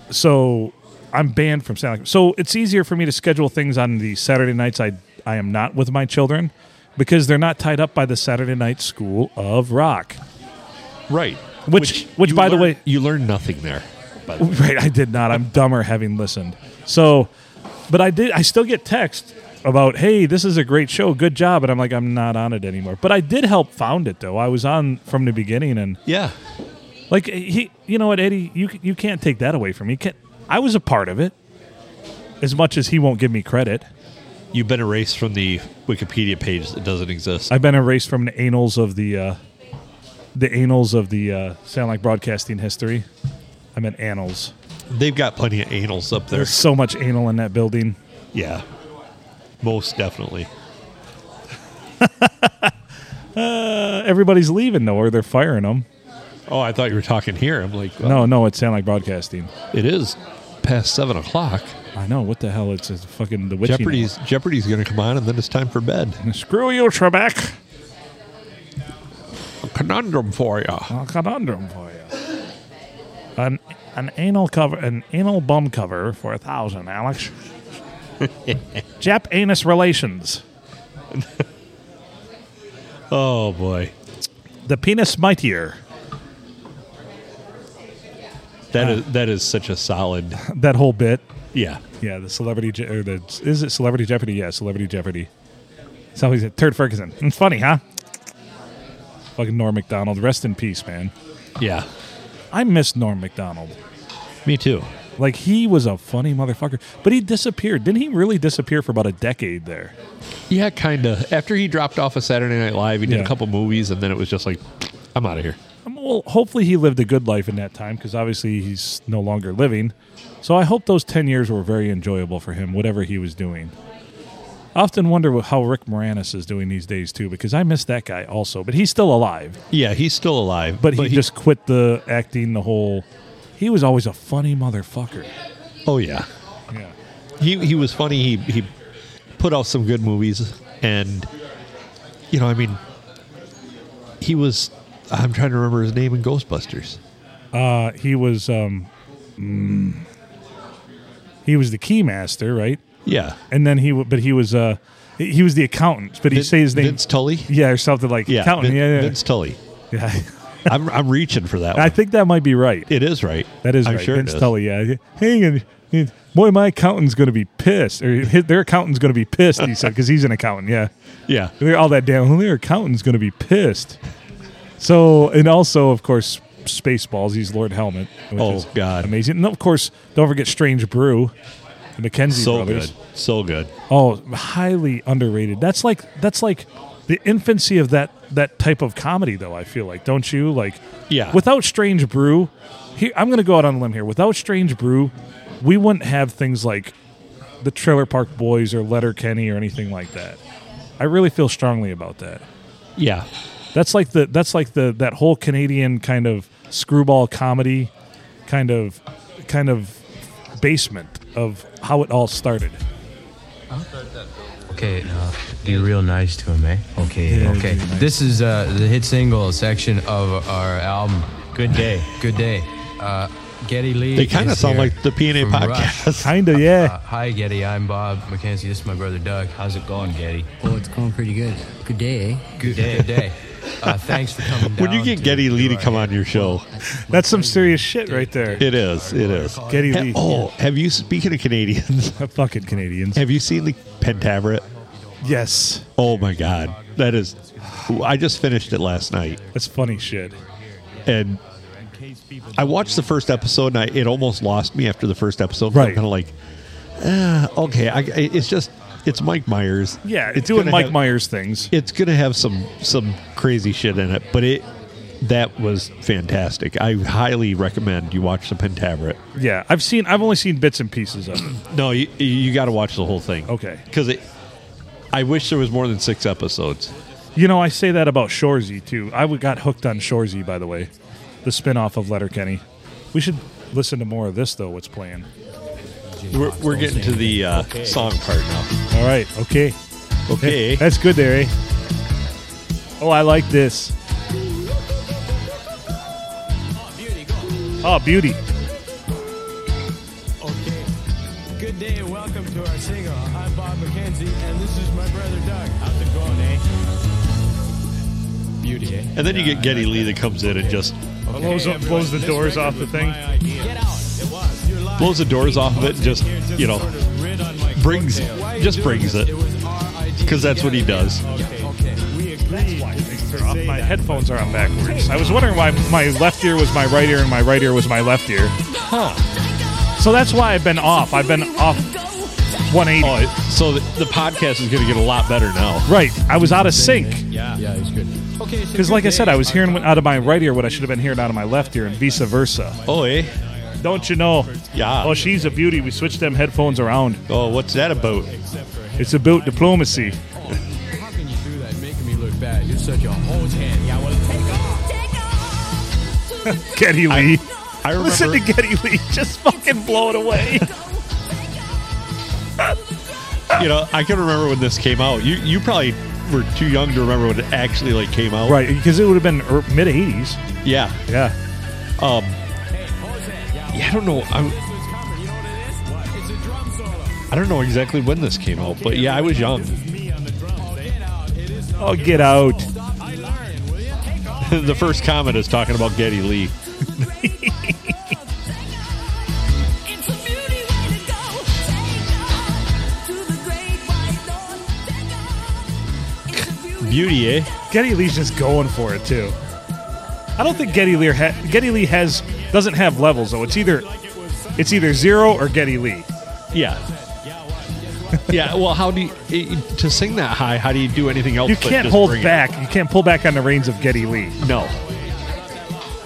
so I'm banned from Sound Like. So it's easier for me to schedule things on the Saturday nights I I am not with my children because they're not tied up by the Saturday Night School of Rock.
Right.
Which- which,
you
by the
learn-
way-
you learn nothing there. By the way.
*laughs* Right, I did not. I'm dumber having listened. So, but I did. I still get text about, "Hey, this is a great show. Good job." And I'm like, I'm not on it anymore. But I did help found it though. I was on from the beginning, and
Yeah.
like he, you know what, Eddie, you c- you can't take that away from me. Can, I was a part of it, as much as he won't give me credit.
You've been erased from the Wikipedia page that doesn't exist.
I've been erased from the annals of the uh, the annals of the uh, sound like broadcasting history. I meant annals.
They've got plenty of anals up there.
There's so much anal in that building.
Yeah. Most definitely.
Uh, everybody's leaving though, or they're firing them.
Oh, I thought you were talking here. I'm like, well,
No, no, it sound like broadcasting.
it is past seven o'clock.
I know what the hell. It's, it's fucking the witching.
Jeopardy's Jeopardy's going to come on, and then it's time for bed.
hour. Screw you, Trebek.
A conundrum for you.
A conundrum for you. An an anal cover, an anal bum cover for a thousand, Alex. Jap anus relations.
Oh boy,
The penis mightier. Uh.
that is that is such a solid.
That whole bit.
Yeah,
Yeah, the celebrity Je- or the is it Celebrity Jeopardy? Yeah, Celebrity Jeopardy. It's always at Turd Ferguson. It's funny, huh? Fucking Norm Macdonald. Rest in peace, man.
yeah.
I miss Norm Macdonald.
Me too.
Like he was a funny motherfucker, but he disappeared. Didn't he really disappear for about a decade there?
Yeah, kind of. After he dropped off of Saturday Night Live, he did
Yeah.
a couple movies, and then it was just like, I'm out of here.
Um, Well, hopefully he lived a good life in that time because obviously he's no longer living. So I hope those 10 years were very enjoyable for him, whatever he was doing. I often wonder wh- how Rick Moranis is doing these days too because I miss that guy also, but he's still alive.
Yeah, he's still alive,
But he, just quit the acting, the whole. He was always a funny motherfucker.
Oh yeah,
Yeah.
he he was funny. He he put out some good movies, and you know, I mean, he was. I'm trying to remember his name in Ghostbusters.
Uh, he was um, mm, he was the key master, right?
Yeah,
And then he, w- but he was uh, he he was the accountant. But he
Vin-
say his name,
Vince Tully.
yeah, or something like
Yeah,
accountant.
Vin-
yeah, yeah,
Vince Tully.
yeah.
I'm I'm reaching for that. One.
*laughs* I think that might be right.
it is right.
That is
I'm
right.
Sure
Vince
it is.
Tully, yeah. Hang on. Boy, my accountant's going to be pissed, or his, their accountant's going to be pissed. He said because he's an accountant. Yeah,
Yeah.
They're all that damn. Their accountant's going to be pissed. So, and also, of course, Spaceballs. He's Lord Helmet. which
Oh,
is
God.
amazing! And of course, don't forget Strange Brew, the McKenzie
So
brothers.
good. So good.
Oh, highly underrated. That's like that's like the infancy of that that type of comedy, though. I feel like, don't you? Like,
Yeah.
Without Strange Brew, here I'm going to go out on a limb here. Without Strange Brew, we wouldn't have things like the Trailer Park Boys or Letter Kenny or anything like that. I really feel strongly about that.
Yeah.
That's like the that's like the that whole Canadian kind of screwball comedy kind of kind of basement of how it all started.
Okay, now be real nice to him, eh? Okay,
Yeah,
okay.
be nice.
This is uh, the hit single section of our album. Good day, good day. Uh, Getty Lee.
They kinda
is
sound
here
like the P&A
from
podcast.
Rush.
Kinda,
Uh,
yeah.
hi, Getty. I'm Bob McKenzie. This is my brother Doug. How's it going, Getty?
Oh, it's going pretty good. Good day, eh?
Good day. Good day. Uh, thanks for coming.
*laughs* When you
down
get
to
Getty
do
Lee to
our
come on your show,
That's some serious shit right there.
it is. It is.
Getty
Ha-
Lee.
oh, have you, speaking of Canadians,
Fucking Canadians.
have you seen the Pentaveret?
Yes.
Oh my God. That is, I just finished it last night.
That's funny shit.
and I watched the first episode and I, it almost lost me after the first episode.
Right.
I'm kind of like, ah, okay, I, I- it's just it's Mike Myers.
Yeah,
it's
it's doing
gonna
Mike
have-
Myers things.
It's gonna have some some crazy shit in it, but it that was fantastic. I highly recommend you watch the Pentaveret.
Yeah, I've seen I've only seen bits and pieces of it.
No, you you got to watch the whole thing.
Okay.
because it. I wish there was more than six episodes.
You know, I say that about Shorzy too. I w- got hooked on Shorzy by the way. The spin-off of Letterkenny. We should listen to more of this though what's playing.
We're, we're getting to the uh, song part now.
All right. Okay.
Okay.
That's good there, eh? Oh, I like this. Oh, beauty.
Okay. Good day and welcome to our single. I'm Bob McKenzie and this is my brother Doug. How's it going, eh? Beauty, eh?
And then you get Getty Lee that comes in and just
Blows, up, blows the doors off the thing.
My idea. Get out. It was. You're lying.
blows the doors off of it and just you know
Sort of rid on my
brings
coattails. Why are you
just
doing
brings
this?
it
was our idea.
because that's what he does
Okay. Okay. We agreed.
Off my headphones are on backwards. I was wondering why my left ear was my right ear and my right ear was my left ear. So that's why I've been off. I've been off 180.
oh it- so the, the podcast is going to get a lot better now
Right. I was out of sync.
Yeah, it's good. Okay, so
Because,
good
like I
day.
said, I was hearing out of my right ear what I should have been hearing out of my left ear and vice versa.
oh eh
Don't you know?
Yeah.
Oh, she's a beauty. We switched them headphones around.
oh what's that about
It's about diplomacy. *laughs*
How can you do that? Making me look bad. You're such a hose hand. Yeah, well, take off.
Getty *laughs* Lee.
I remember
Listen to Getty Lee *laughs* just fucking blow it away.
you know I can remember when this came out you you probably were too young to remember when it actually like came out
right, because it would have been mid 80s.
yeah
Yeah.
Um, yeah I don't know I I don't know exactly when this came out but yeah I was young *laughs*
Oh, get out.
the first comment is talking about Getty Lee beauty eh
Getty Lee's just going for it, too. I don't think Getty Lee, ha- Getty Lee has doesn't have levels though. It's either it's either zero or Getty Lee. *laughs*
Yeah. yeah. Well, how do you i- to sing that high? How do you do anything else?
You
but
can't
just
hold
bring it?
back. You can't pull back on the reins of Getty Lee.
No,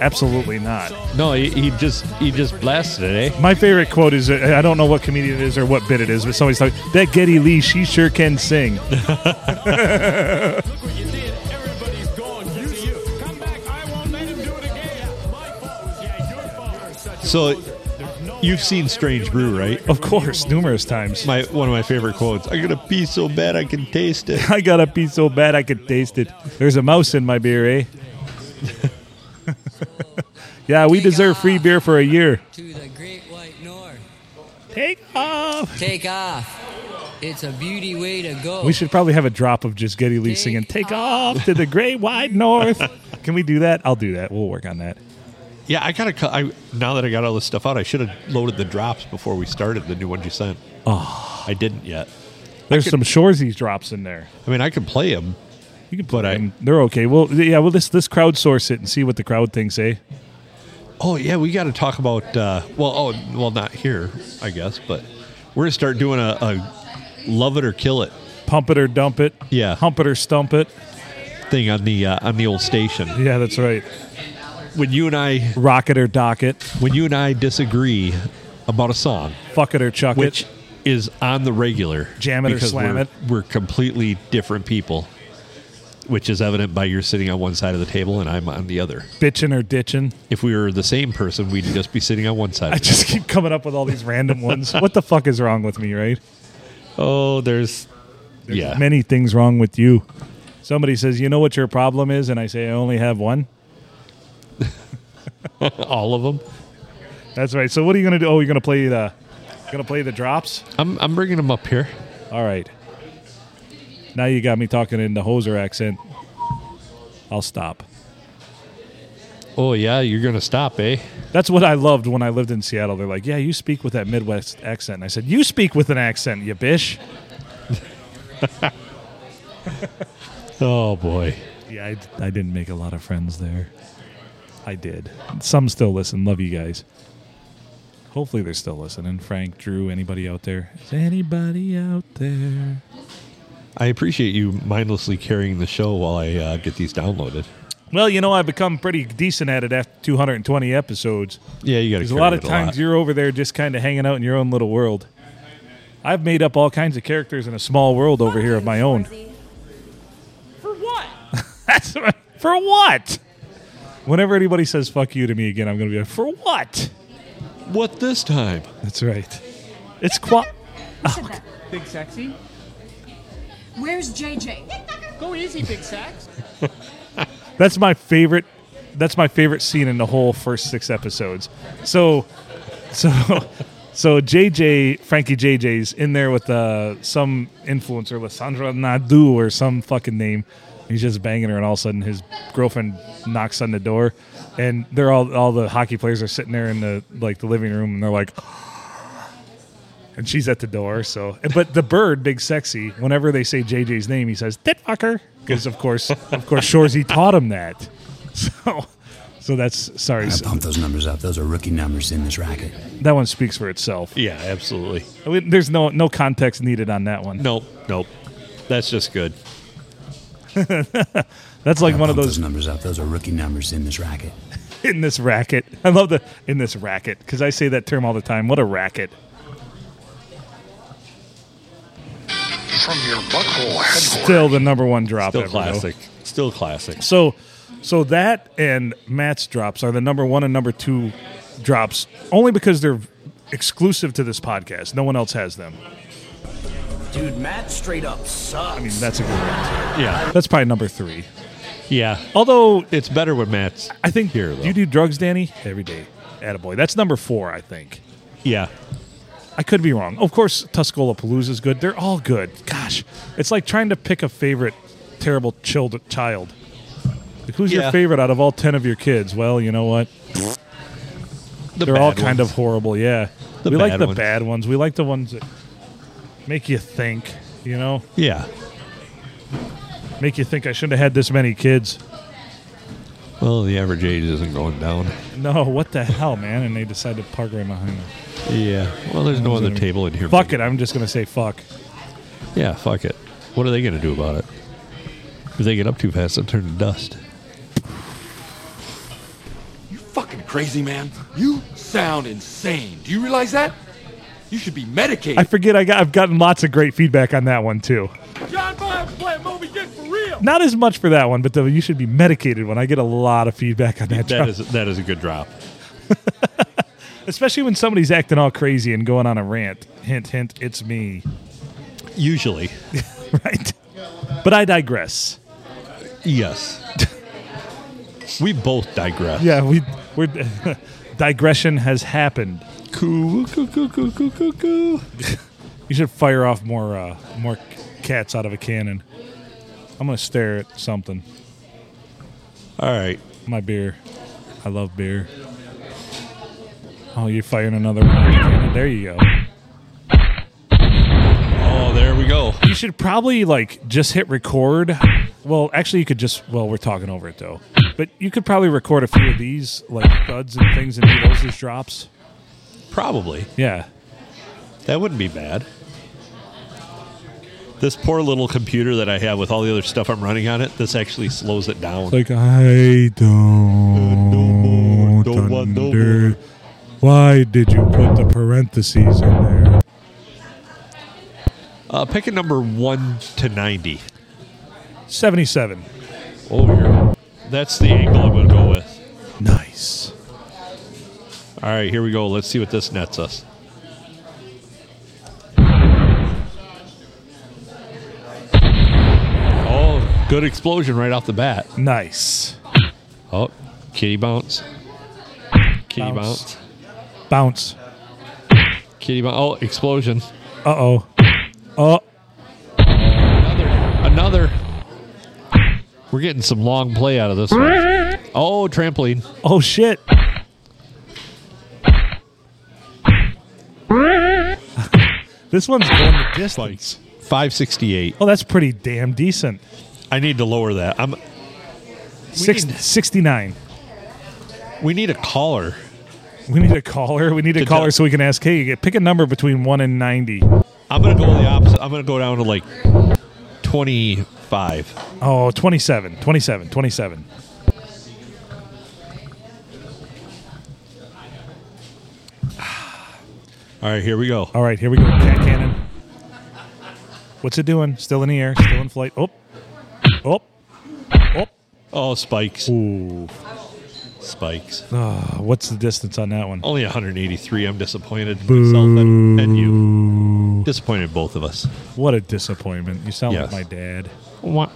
Absolutely not.
no. He, he just he just blasted it. Eh?
My favorite quote is uh, I don't know what comedian it is or what bit it is, but somebody's like, "That Getty Lee, she sure can sing." *laughs*
Look what you did. Everybody's gone. Good to you. Come back. I won't let him do it again. My fault was yeah, your fault. You're such a
So
loser. There's no
you've
way
seen
I'll
Strange
ever
Brew,
do it
right?
again.
Of course, numerous times. *laughs*
My one of my favorite quotes. I'm gonna pee so bad I can taste it.
I got a piece so bad I could taste it. There's a mouse in my beer, eh? *laughs* yeah, we deserve free beer for a year.
To the great white north.
Take off.
Take off. It's a beauty way to go.
We should probably have a drop of just Getty Lee singing "Take off to the great wide *laughs* north." Can we do that? I'll do that. We'll work on that.
Yeah, I gotta. cu- I now that I got all this stuff out, I should have loaded the drops before we started the new one you sent.
Ah.
Oh, I didn't yet.
There's some Shorzy's drops in there.
I mean, I can play them.
You can
But I-
them. They're okay. Well, yeah. Well, this this crowdsource it and see what the crowd thinks. Eh?
Oh yeah, we got to talk about. Uh, well, oh well, not here, I guess. But we're gonna start doing a, a love it or kill it.
Pump it or dump it.
Yeah.
Hump it or stump it.
thing on the uh, on the old station.
Yeah, that's right.
When you and I
Rocket or docket,
when you and I disagree about a song,
fuck it or chuck
which
it.
is on the regular,
Jam it or
because
slam
we're,
it.
We're completely different people, which is evident by you're sitting on one side of the table and I'm on the other.
Bitching or ditching.
If we were the same person, we'd just be sitting on one side.
I
of the table.
just keep coming up with all these random ones. What the fuck is wrong with me, right?
oh, there's, yeah,
Many things wrong with you. Somebody says, "You know what your problem is?" and I say, "I only have one."
all of them.
That's right. So what are you gonna do? Oh, you're gonna play the, gonna play the drops.
I'm I'm bringing them up here.
All right. Now you got me talking in the hoser accent. I'll stop.
Oh yeah, you're gonna stop, eh?
That's what I loved when I lived in Seattle. They're like, "Yeah, you speak with that Midwest accent." And I said, "You speak with an accent, you bish."
Oh boy.
Yeah, I, I didn't make a lot of friends there. I did. Some still listen. Love you guys. Hopefully they're still listening. Frank, Drew, anybody out there? Is anybody out there?
I appreciate you mindlessly carrying the show while I uh, get these downloaded.
Well, you know, I've become pretty decent at it after 220 episodes.
Yeah, you got to.
Because a lot of times you're over there just kind of hanging out in your own little world. I've made up all kinds of characters in a small world over here of my own. *laughs*
For what?
That's right. For what? Whenever anybody says fuck you to me again, I'm going to be like, for what?
What this time?
That's right. It's qua.
Said that.
Big sexy?
Where's JJ?
Go easy, big sax.
That's my favorite. That's my favorite scene in the whole first six episodes. So, so, so JJ Frankie JJ's in there with uh, some influencer, Lissandra Nadu or some fucking name. He's just banging her, and all of a sudden his girlfriend knocks on the door, and they're all all the hockey players are sitting there in the like the living room, and they're like. *gasps* And she's at the door. So, but the bird, big sexy. Whenever they say JJ's name, he says "Ditfucker" because, of course, of course, Shorzy taught him that. *laughs* So, so that's sorry. so-
Pump those numbers up. Those are rookie numbers in this racket.
that one speaks for itself.
Yeah, absolutely.
I mean, there's no no context needed on that one.
Nope, nope. That's just good.
That's like one of
Pump
those
numbers up. Those are rookie numbers in this racket.
*laughs* in this racket. I love the in this racket because I say that term all the time. What a racket!
From your butthole headboard.
Still the number one drop.
Still
ever, though.
classic. Still classic.
So, so that and Matt's drops are the number one and number two drops only because they're exclusive to this podcast. No one else has them.
Dude, Matt straight up sucks.
I mean, that's a good one.
Yeah,
That's probably number three.
yeah.
Although
It's better when Matt's
I think
here. Though.
you do drugs, Danny, every day. Attaboy. That's number four, I think.
Yeah,
I could be wrong. Of course, Tuscola Palooza is good. They're all good. Gosh, it's like trying to pick a favorite terrible child. child. Like, who's your
Yeah.
favorite out of all ten of your kids? Well, you know what?
The
They're all
bad
kind
ones.
of horrible. Yeah,
The
we like
bad
the
ones.
bad ones. We like the ones that make you think. You know,
Yeah.
make you think I shouldn't have had this many kids.
Well, the average age isn't going down.
No, what the hell, man? And they decide to park right behind them.
Yeah. Well, there's no other
Fuck
table in here.
Fuck it. I'm just gonna say fuck.
Yeah, fuck it. What are they going to do about it? If they get up too fast, they'll turn to dust.
You fucking crazy, man. You sound insane. Do you realize that? You should be medicated.
I forget. I got. I've gotten lots of great feedback on that one too.
John Bob play movie dick for real.
Not as much for that one, but the, you should be medicated. When I get a lot of feedback on that,
That
job.
is that is a good drop.
especially when somebody's acting all crazy and going on a rant. Hint, hint. It's me, *laughs*
Usually,
right? But I digress.
yes. *laughs* we both digress.
Yeah, we *laughs* we're digression has happened.
Coo, coo, coo, coo, coo, coo, coo.
You should fire off more uh, more cats out of a cannon. I'm gonna stare at something.
All right.
My beer. I love beer. Oh, you're firing another one. out of a cannon. There you go.
Oh, there we go.
You should probably like just hit record. Well, actually, you could just. Well, we're talking over it though. But you could probably record a few of these like thuds and things and do those as drops.
Probably.
Yeah.
That wouldn't be bad. This poor little computer that I have with all the other stuff I'm running on it, this actually slows it down.
It's like I don't,
Uh, no more, don't want no
under-
more.
Why did you put the parentheses in there?
Uh, pick a number 1 to 90.
Seventy-seven.
Oh, you're, that's the angle I'm going to go with.
Nice.
All right, here we go. Let's see what this nets us. Oh, good explosion right off the bat.
Nice.
Oh, kitty bounce. Kitty
Bounce.
bounce.
Bounce.
Kitty bounce. Oh, explosion.
Uh oh. Oh.
Another. Another. We're getting some long play out of this one.
*laughs*
Oh, trampoline.
Oh shit. this one's going the distance.
568.
Oh, that's pretty damn decent.
I need to lower that. I'm,
Six,
need-
69.
we need a caller.
We need a caller. We need a
To
caller
tell-
so we can ask, hey, pick a number between 1 and 90.
I'm gonna go the opposite. I'm gonna go down to like 25.
Oh, 27, 27, 27.
All right, here we go.
All right, here we go. Cat cannon. What's it doing? Still in the air. Still in flight. Oh. Oh. Oh.
Oh, spikes,
Ooh.
spikes.
Ah, what's the distance on that one?
Only 183. I'm disappointed in myself and, and you. Disappointed both of us.
What a disappointment. You sound
Yes.
like my dad.
What?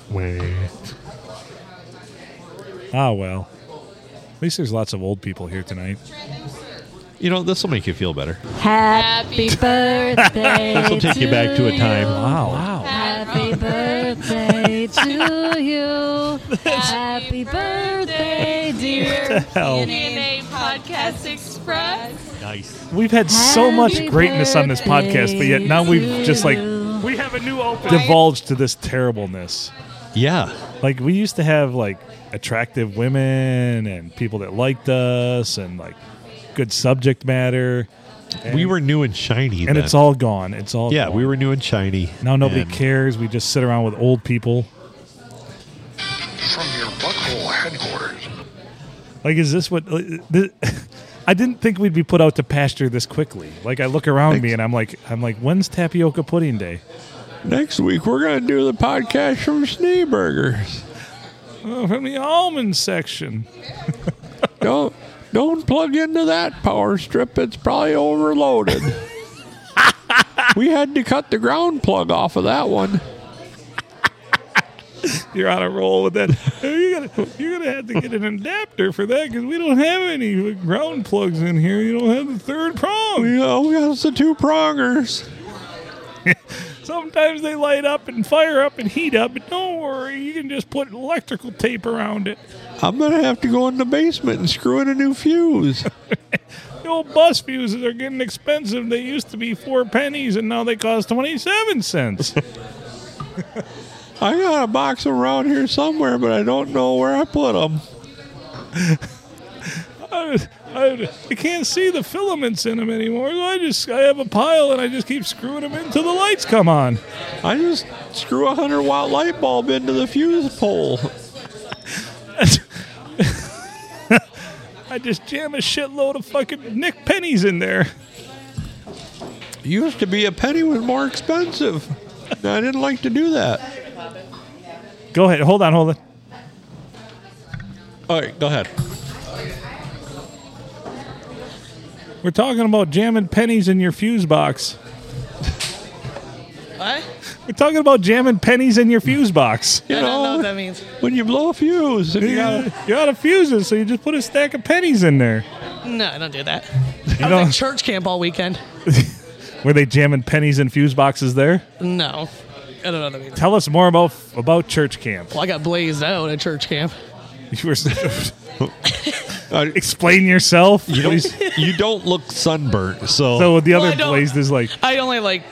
Ah, well. At least there's lots of old people here tonight.
You know, this will make you feel better.
Happy birthday.
This will take you back to a time.
Wow. Wow.
Happy birthday to you. Happy birthday, dear.
MMA Podcast Express.
Nice.
We've had so much
Happy
greatness on this podcast, but yet now we've just like
We have a new open.
divulged to this terribleness.
Yeah.
Like we used to have like attractive women and people that liked us and like good subject matter. And,
We were new and shiny.
and it's all gone. It's all
Yeah,
gone.
we were new and shiny.
now nobody
And
cares. We just sit around with old people.
From your butthole headquarters.
Like, is this what? like, th- *laughs* I didn't think we'd be put out to pasture this quickly. Like, I look around me and I'm like, I'm like, when's tapioca pudding day?
Next week we're gonna do the podcast from Schneeburgers.
Oh, from the almond section. *laughs*
Don't don't plug into that power strip. It's probably overloaded. we had to cut the ground plug off of that one.
You're on a roll with that. You're gonna, you're gonna have to get an adapter for that because we don't have any ground plugs in here. You don't have the third prong.
You know, we got the two prongers.
Sometimes they light up and fire up and heat up, but don't worry, you can just put electrical tape around it.
I'm gonna have to go in the basement and screw in a new fuse.
The old bus fuses are getting expensive. They used to be four pennies, and now they cost twenty-seven cents.
I got a box around here somewhere, but I don't know where I put them.
I, I, I can't see the filaments in them anymore. So I just I have a pile, and I just keep screwing them in until the lights come on.
I just screw a hundred watt light bulb into the fuse pole.
I just jam a shitload of fucking Nick pennies in there.
Used to be a penny was more expensive. I didn't like to do that.
Go ahead. Hold on. Hold on.
All right, go ahead.
We're talking about jamming pennies in your fuse box.
What?
We're talking about jamming pennies in your fuse box.
You
I don't know
know,
what that means.
when you blow a fuse, if you got a-
You're out of fuses, so you just put a stack of pennies in there.
No, I don't do that.
You
I was
know,
at church camp all weekend.
*laughs* were they jamming pennies in fuse boxes there?
No. I don't know what that means.
Tell us more about about church camp.
Well, I got blazed out at church camp.
*laughs* You were
*laughs*
explain yourself.
Uh, you
please.
don't, you don't look sunburnt, so,
So the
Well,
other
I don't-
blazed is like
I only like,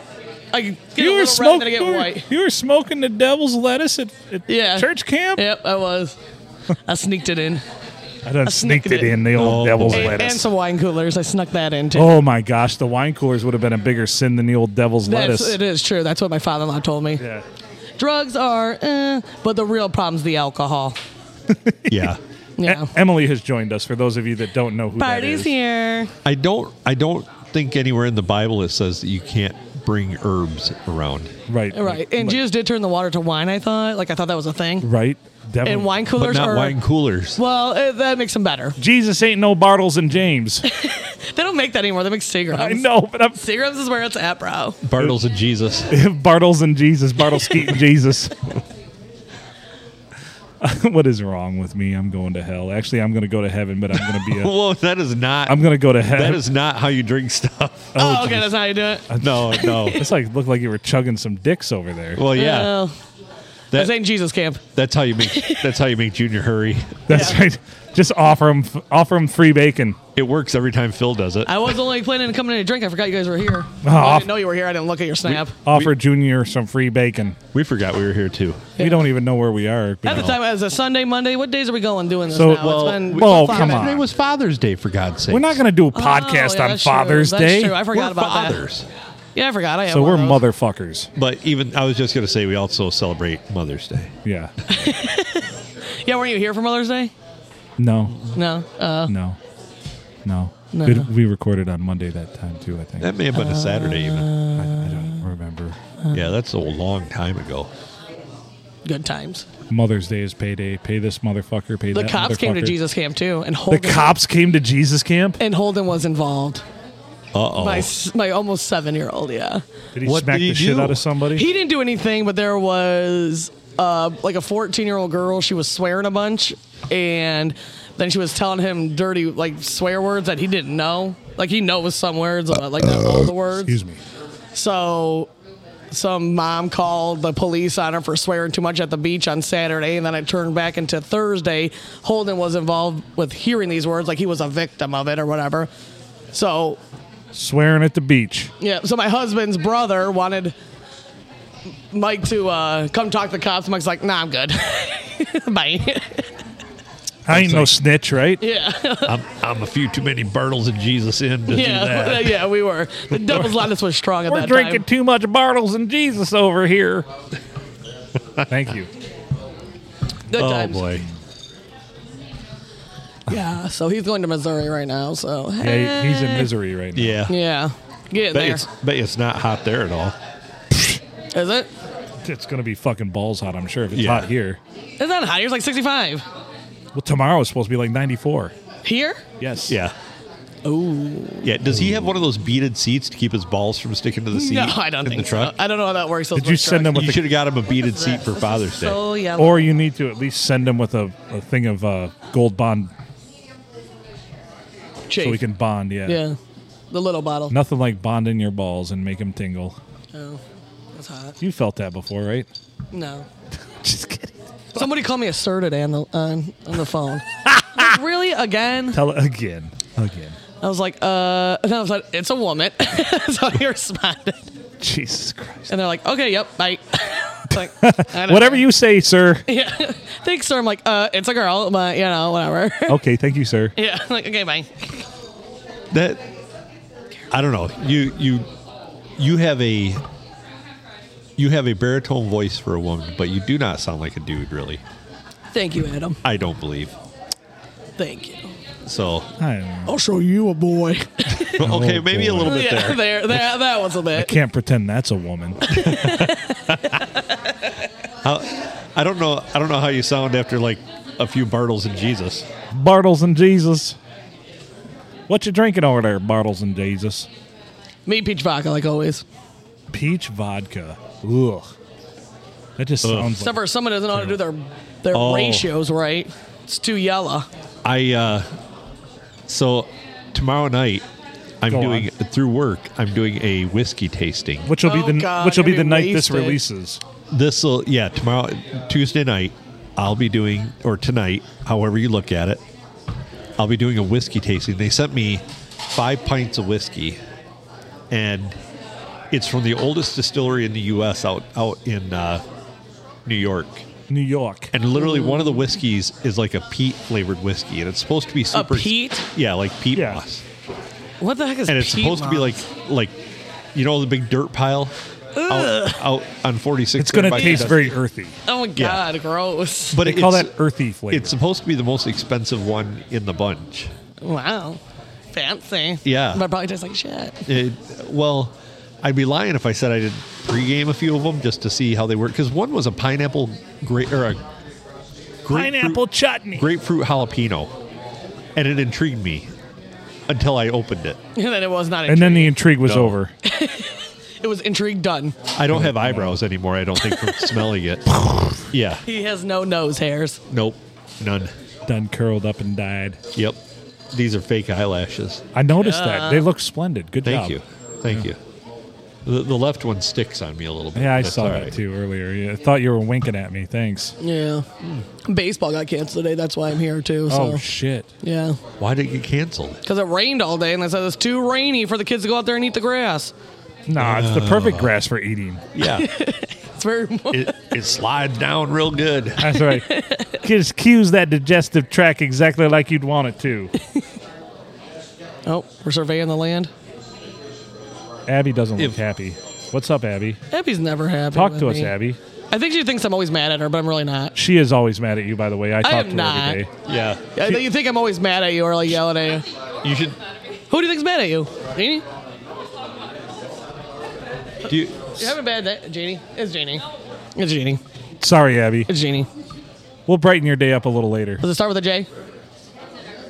I get a
you were
little red and then
smoking.
I get
You were, *laughs*
white.
you were smoking the devil's lettuce at, at
Yeah.
church camp.
Yep, I was. I sneaked it in.
I done
I snuck
sneaked it in, the old devil's
and,
lettuce.
And some wine coolers. I snuck that in too.
Oh my gosh, the wine coolers would have been a bigger sin than the old devil's
That's,
lettuce.
It is true. That's what my father-in-law told me.
Yeah.
Drugs are, eh, but the real problem's the alcohol.
yeah.
Yeah.
E- Emily has joined us. For those of you that don't know who that
Party's
is.
here.
I don't. I don't think anywhere in the Bible it says that you can't bring herbs around.
Right.
Right. And Jews did turn the water to wine. I thought. Like I thought that was a thing.
Right.
And wine coolers
but not
are
wine coolers.
Well, eh, that makes them better.
Jesus ain't no Bartles and
*laughs*
James.
They don't make that anymore. They make Seagrams.
I know, Oh, but I'm
Seagrams is where it's at, bro.
Bartles and Jesus. *laughs*
*laughs* Bartles and Jesus. Bartles Skeet and Jesus. *laughs* what is wrong with me? I'm going to hell. Actually, I'm going to go to heaven, but I'm going to
*laughs*
be a.
Whoa, that is not.
I'm going to go to heaven.
That is not how you drink
*laughs*
stuff.
Oh, okay. That's how you do it.
No, no.
It's like looked like you were chugging some dicks over there.
Well, yeah.
Oh.
That-
this ain't Jesus camp.
That's how you make. that's how you make Junior hurry.
That's right. Just offer them, offer them free bacon.
It works every time Phil does it.
I was only planning on coming in to drink. I forgot you guys were here.
Oh,
Well, I
off-
didn't know you were here. I didn't look at your snap.
Offer Junior some free bacon.
We forgot we were here too.
We don't even know where we are.
At the time, it was a Sunday, Monday. What days are we going doing this
So-
now?
well,
it's been
well, come on.
Today was Father's Day for God's sake.
We're not going to do a podcast
Oh, yeah,
on
that's true.
Father's
That's
Day.
true. I forgot
We're
about that.
fathers.
Yeah, I forgot. I have
so
one
we're
of those.
motherfuckers.
But even I was just going to say we also celebrate Mother's Day.
Yeah.
Yeah, weren't you here for Mother's Day?
No.
No. Uh,
No. No.
No.
It- we recorded on Monday that time too. I think.
That may have been a Saturday even.
I, I don't
Uh.
remember.
Yeah, that's a long time ago.
Good times.
Mother's Day is payday. Pay this motherfucker. Pay
The
that
cops came to
motherfucker.
Jesus camp too, and
The
Holden.
cops came to Jesus camp.
and Holden was involved.
Uh oh.
My s- my almost seven year old. Yeah.
Did he
What
smack
did he
the shit
do?
out of somebody?
He didn't do anything, but there was uh, like a 14 year old girl. She was swearing a bunch, and then she was telling him dirty like swear words that he didn't know. Like he knows some words, but like not all the words.
Uh, Excuse me.
So some mom called the police on her for swearing too much at the beach on Saturday, and then it turned back into Thursday. Holden was involved with hearing these words, like he was a victim of it or whatever. So
Swearing at the beach.
yeah, so my husband's brother wanted Mike to uh, come talk to the cops. Mike's like, nah, I'm good. *laughs* Bye.
I ain't no snitch, right?
yeah.
I'm, I'm a few too many Bartles and Jesus in to do
Yeah.
that.
*laughs* yeah, we were.
*laughs*
The devil's lettuce was strong at
We're
that
drinking
time.
too much Bartles and Jesus over here. Thank you.
Good
oh
times.
boy.
Yeah, so he's going to Missouri right now, so.
Yeah, he- he's in
hey.
misery right now.
Yeah.
Yeah. Get in
Bet
there.
it's, bet it's not hot there at all.
Is it?
It's gonna be fucking balls hot, I'm sure. If it's
Yeah.
hot here,
It's not hot. Here's like 65.
well, tomorrow is supposed to be like 94.
Here?
Yes.
Yeah.
Oh.
Yeah. Does he have one of those beaded seats to keep his balls from sticking to the seat?
No, I don't
in
think
the truck.
so. I don't know how that works. those
Did you
work
send him with
trucks.
You should
the,
have got him a beaded seat for
This is
Father's Day.
So yellow.
or you need to at least send him with a, a thing of uh, gold bond so
Chafe.
we can bond. Yeah.
Yeah. The little bottle.
Nothing like bonding your balls and make them tingle.
Oh, that's hot.
You felt that before, right?
No. Just kidding. *laughs* Somebody called me a sir today on the on, on
*laughs*
the phone. Like, really? Again?
Tell it again. Again.
I was like, uh, and I was like, it's a woman. *laughs* so he responded,
Jesus Christ.
and they're like, okay, yep, bye. *laughs* like, I don't
Whatever
know.
you say, sir.
Yeah. *laughs* Thanks, sir. I'm like, uh, it's a girl, but you know,
*laughs*
whatever.
okay. Thank you, sir.
yeah. I'm *laughs* like, okay, bye.
that I don't know. You you you have a you have a baritone voice for a woman, but you do not sound like a dude really.
Thank you, Adam.
I don't believe.
Thank you.
So *laughs*
I don't know.
I'll show you a boy.
Oh,
okay, maybe a little bit
yeah, *laughs*
there. *laughs*
there, there, that was a
I
bit.
can't pretend that's a woman.
I don't know I don't know how you sound after like a few Bartles and Jesus.
Bartles and Jesus. What you drinking over there, Bartles and Jesus?
Me, peach vodka, like always.
Peach vodka. Ugh. That just sounds
Except
like
for someone doesn't know how to do their their
Oh.
ratios right. It's too yellow.
I uh so tomorrow night I'm
Go
doing
on.
through work I'm doing a whiskey tasting.
which will
Oh,
be the
God,
which will be
you're
the night this
wasted.
releases.
This will yeah tomorrow Tuesday night I'll be doing or tonight however you look at it I'll be doing a whiskey tasting. They sent me five pints of whiskey, and it's from the oldest distillery in the U.S. out out in uh, New York,
New York.
And literally, one of the whiskeys is like a peat flavored whiskey, and it's supposed to be super
peat?
Yeah, like peat moss.
What the heck is
and it's
peat
supposed to be like
moss?
like you know the big dirt pile
Ugh.
out, out on 46.
It's going
right
to
by
taste
Kentucky.
very earthy.
Oh my
Yeah.
god, gross.
But
They
it's,
call that earthy flavor.
It's supposed to be the most expensive one in the bunch.
wow, fancy.
Yeah.
but it probably tastes like shit.
It, well, I'd be lying if I said I did pregame a few of them just to see how they work. Because one was a pineapple grape or a grapefruit-
Pineapple chutney.
grapefruit jalapeno, and it intrigued me until I opened it.
*laughs* And then it was not.
And then the intrigue was
No.
over.
It was intrigue done.
I don't have eyebrows anymore. I don't think
*laughs*
from smelling it. Yeah,
He has no nose hairs.
nope, none.
Done curled up and died.
Yep, these are fake eyelashes.
I noticed
Yeah.
that. They look splendid. Good
Thank
job.
you, thank
Yeah.
you. The, the left one sticks on me a little bit.
Yeah, I
That's
saw
all
that
right.
too earlier. Yeah, I thought you were winking at me. Thanks.
Yeah. Baseball got canceled today. That's why I'm here too. So.
Oh shit.
yeah.
Why did it get canceled?
Because it rained all day, and they said it's too rainy for the kids to go out there and eat the grass.
Nah, it's the perfect grass for eating.
Yeah.
It's very.
*laughs*
*laughs*
it, it slides down real good.
That's right. Just cues that digestive tract exactly like you'd want it to.
oh, we're surveying the land.
Abby doesn't look
If-
happy. What's up, Abby?
Abby's never happy.
Talk
with
to us,
me.
Abby.
I think she thinks I'm always mad at her, but I'm really not.
She is always mad at you, by the way. I talk
am
to her
not.
every day.
Yeah.
Yeah, you think I'm always mad at you or like yelling at you?
You should.
Who do you think's mad at you, Jeannie?
Do you,
You're having a bad day, Jeannie. It's Jeannie. It's Jeannie.
Sorry, Abby.
It's Jeannie.
We'll brighten your day up a little later.
Does it start with a J?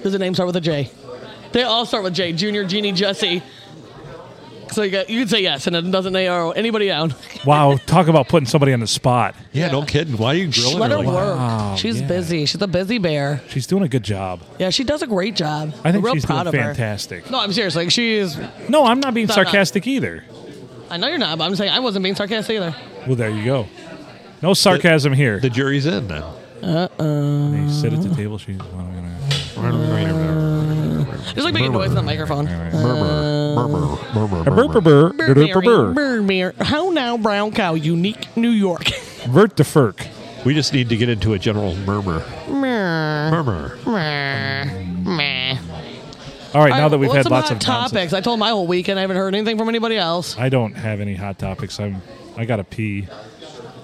Does the name start with a J? They all start with J. Junior, Jeannie, Jesse. So you got you can say yes, and it doesn't narrow anybody down. *laughs*
Wow, *laughs* talk about putting somebody on the spot.
yeah, no kidding. Why are you grilling
Let
her
her
like
work.
Wow,
she's
yeah.
busy. She's a busy bear.
She's doing a good job.
Yeah, she does a great job.
I
I'm
think
real
she's
proud
doing
of
fantastic.
her. No, I'm serious. Like she is.
No, I'm not being
Stop, stop.
sarcastic either.
I know you're not, but I'm saying I wasn't being sarcastic either.
Well, there you go. No sarcasm here.
The jury's in then.
Uh oh.
they sit at the table. She's.
Just like making noise in the microphone.
A burr, burr, burr, burr, burr, burr, burr.
Burmere. How now, brown cow? Unique New York.
Vert the Ferk.
We just need to get into a general murmur.
Meh,
Murmur.
meh, meh.
All right, now that we've
What's
had
some
lots
hot
of
topics.
nonsense.
I told my whole weekend. I haven't heard anything from anybody else.
I don't have any hot topics. I'm. I gotta pee.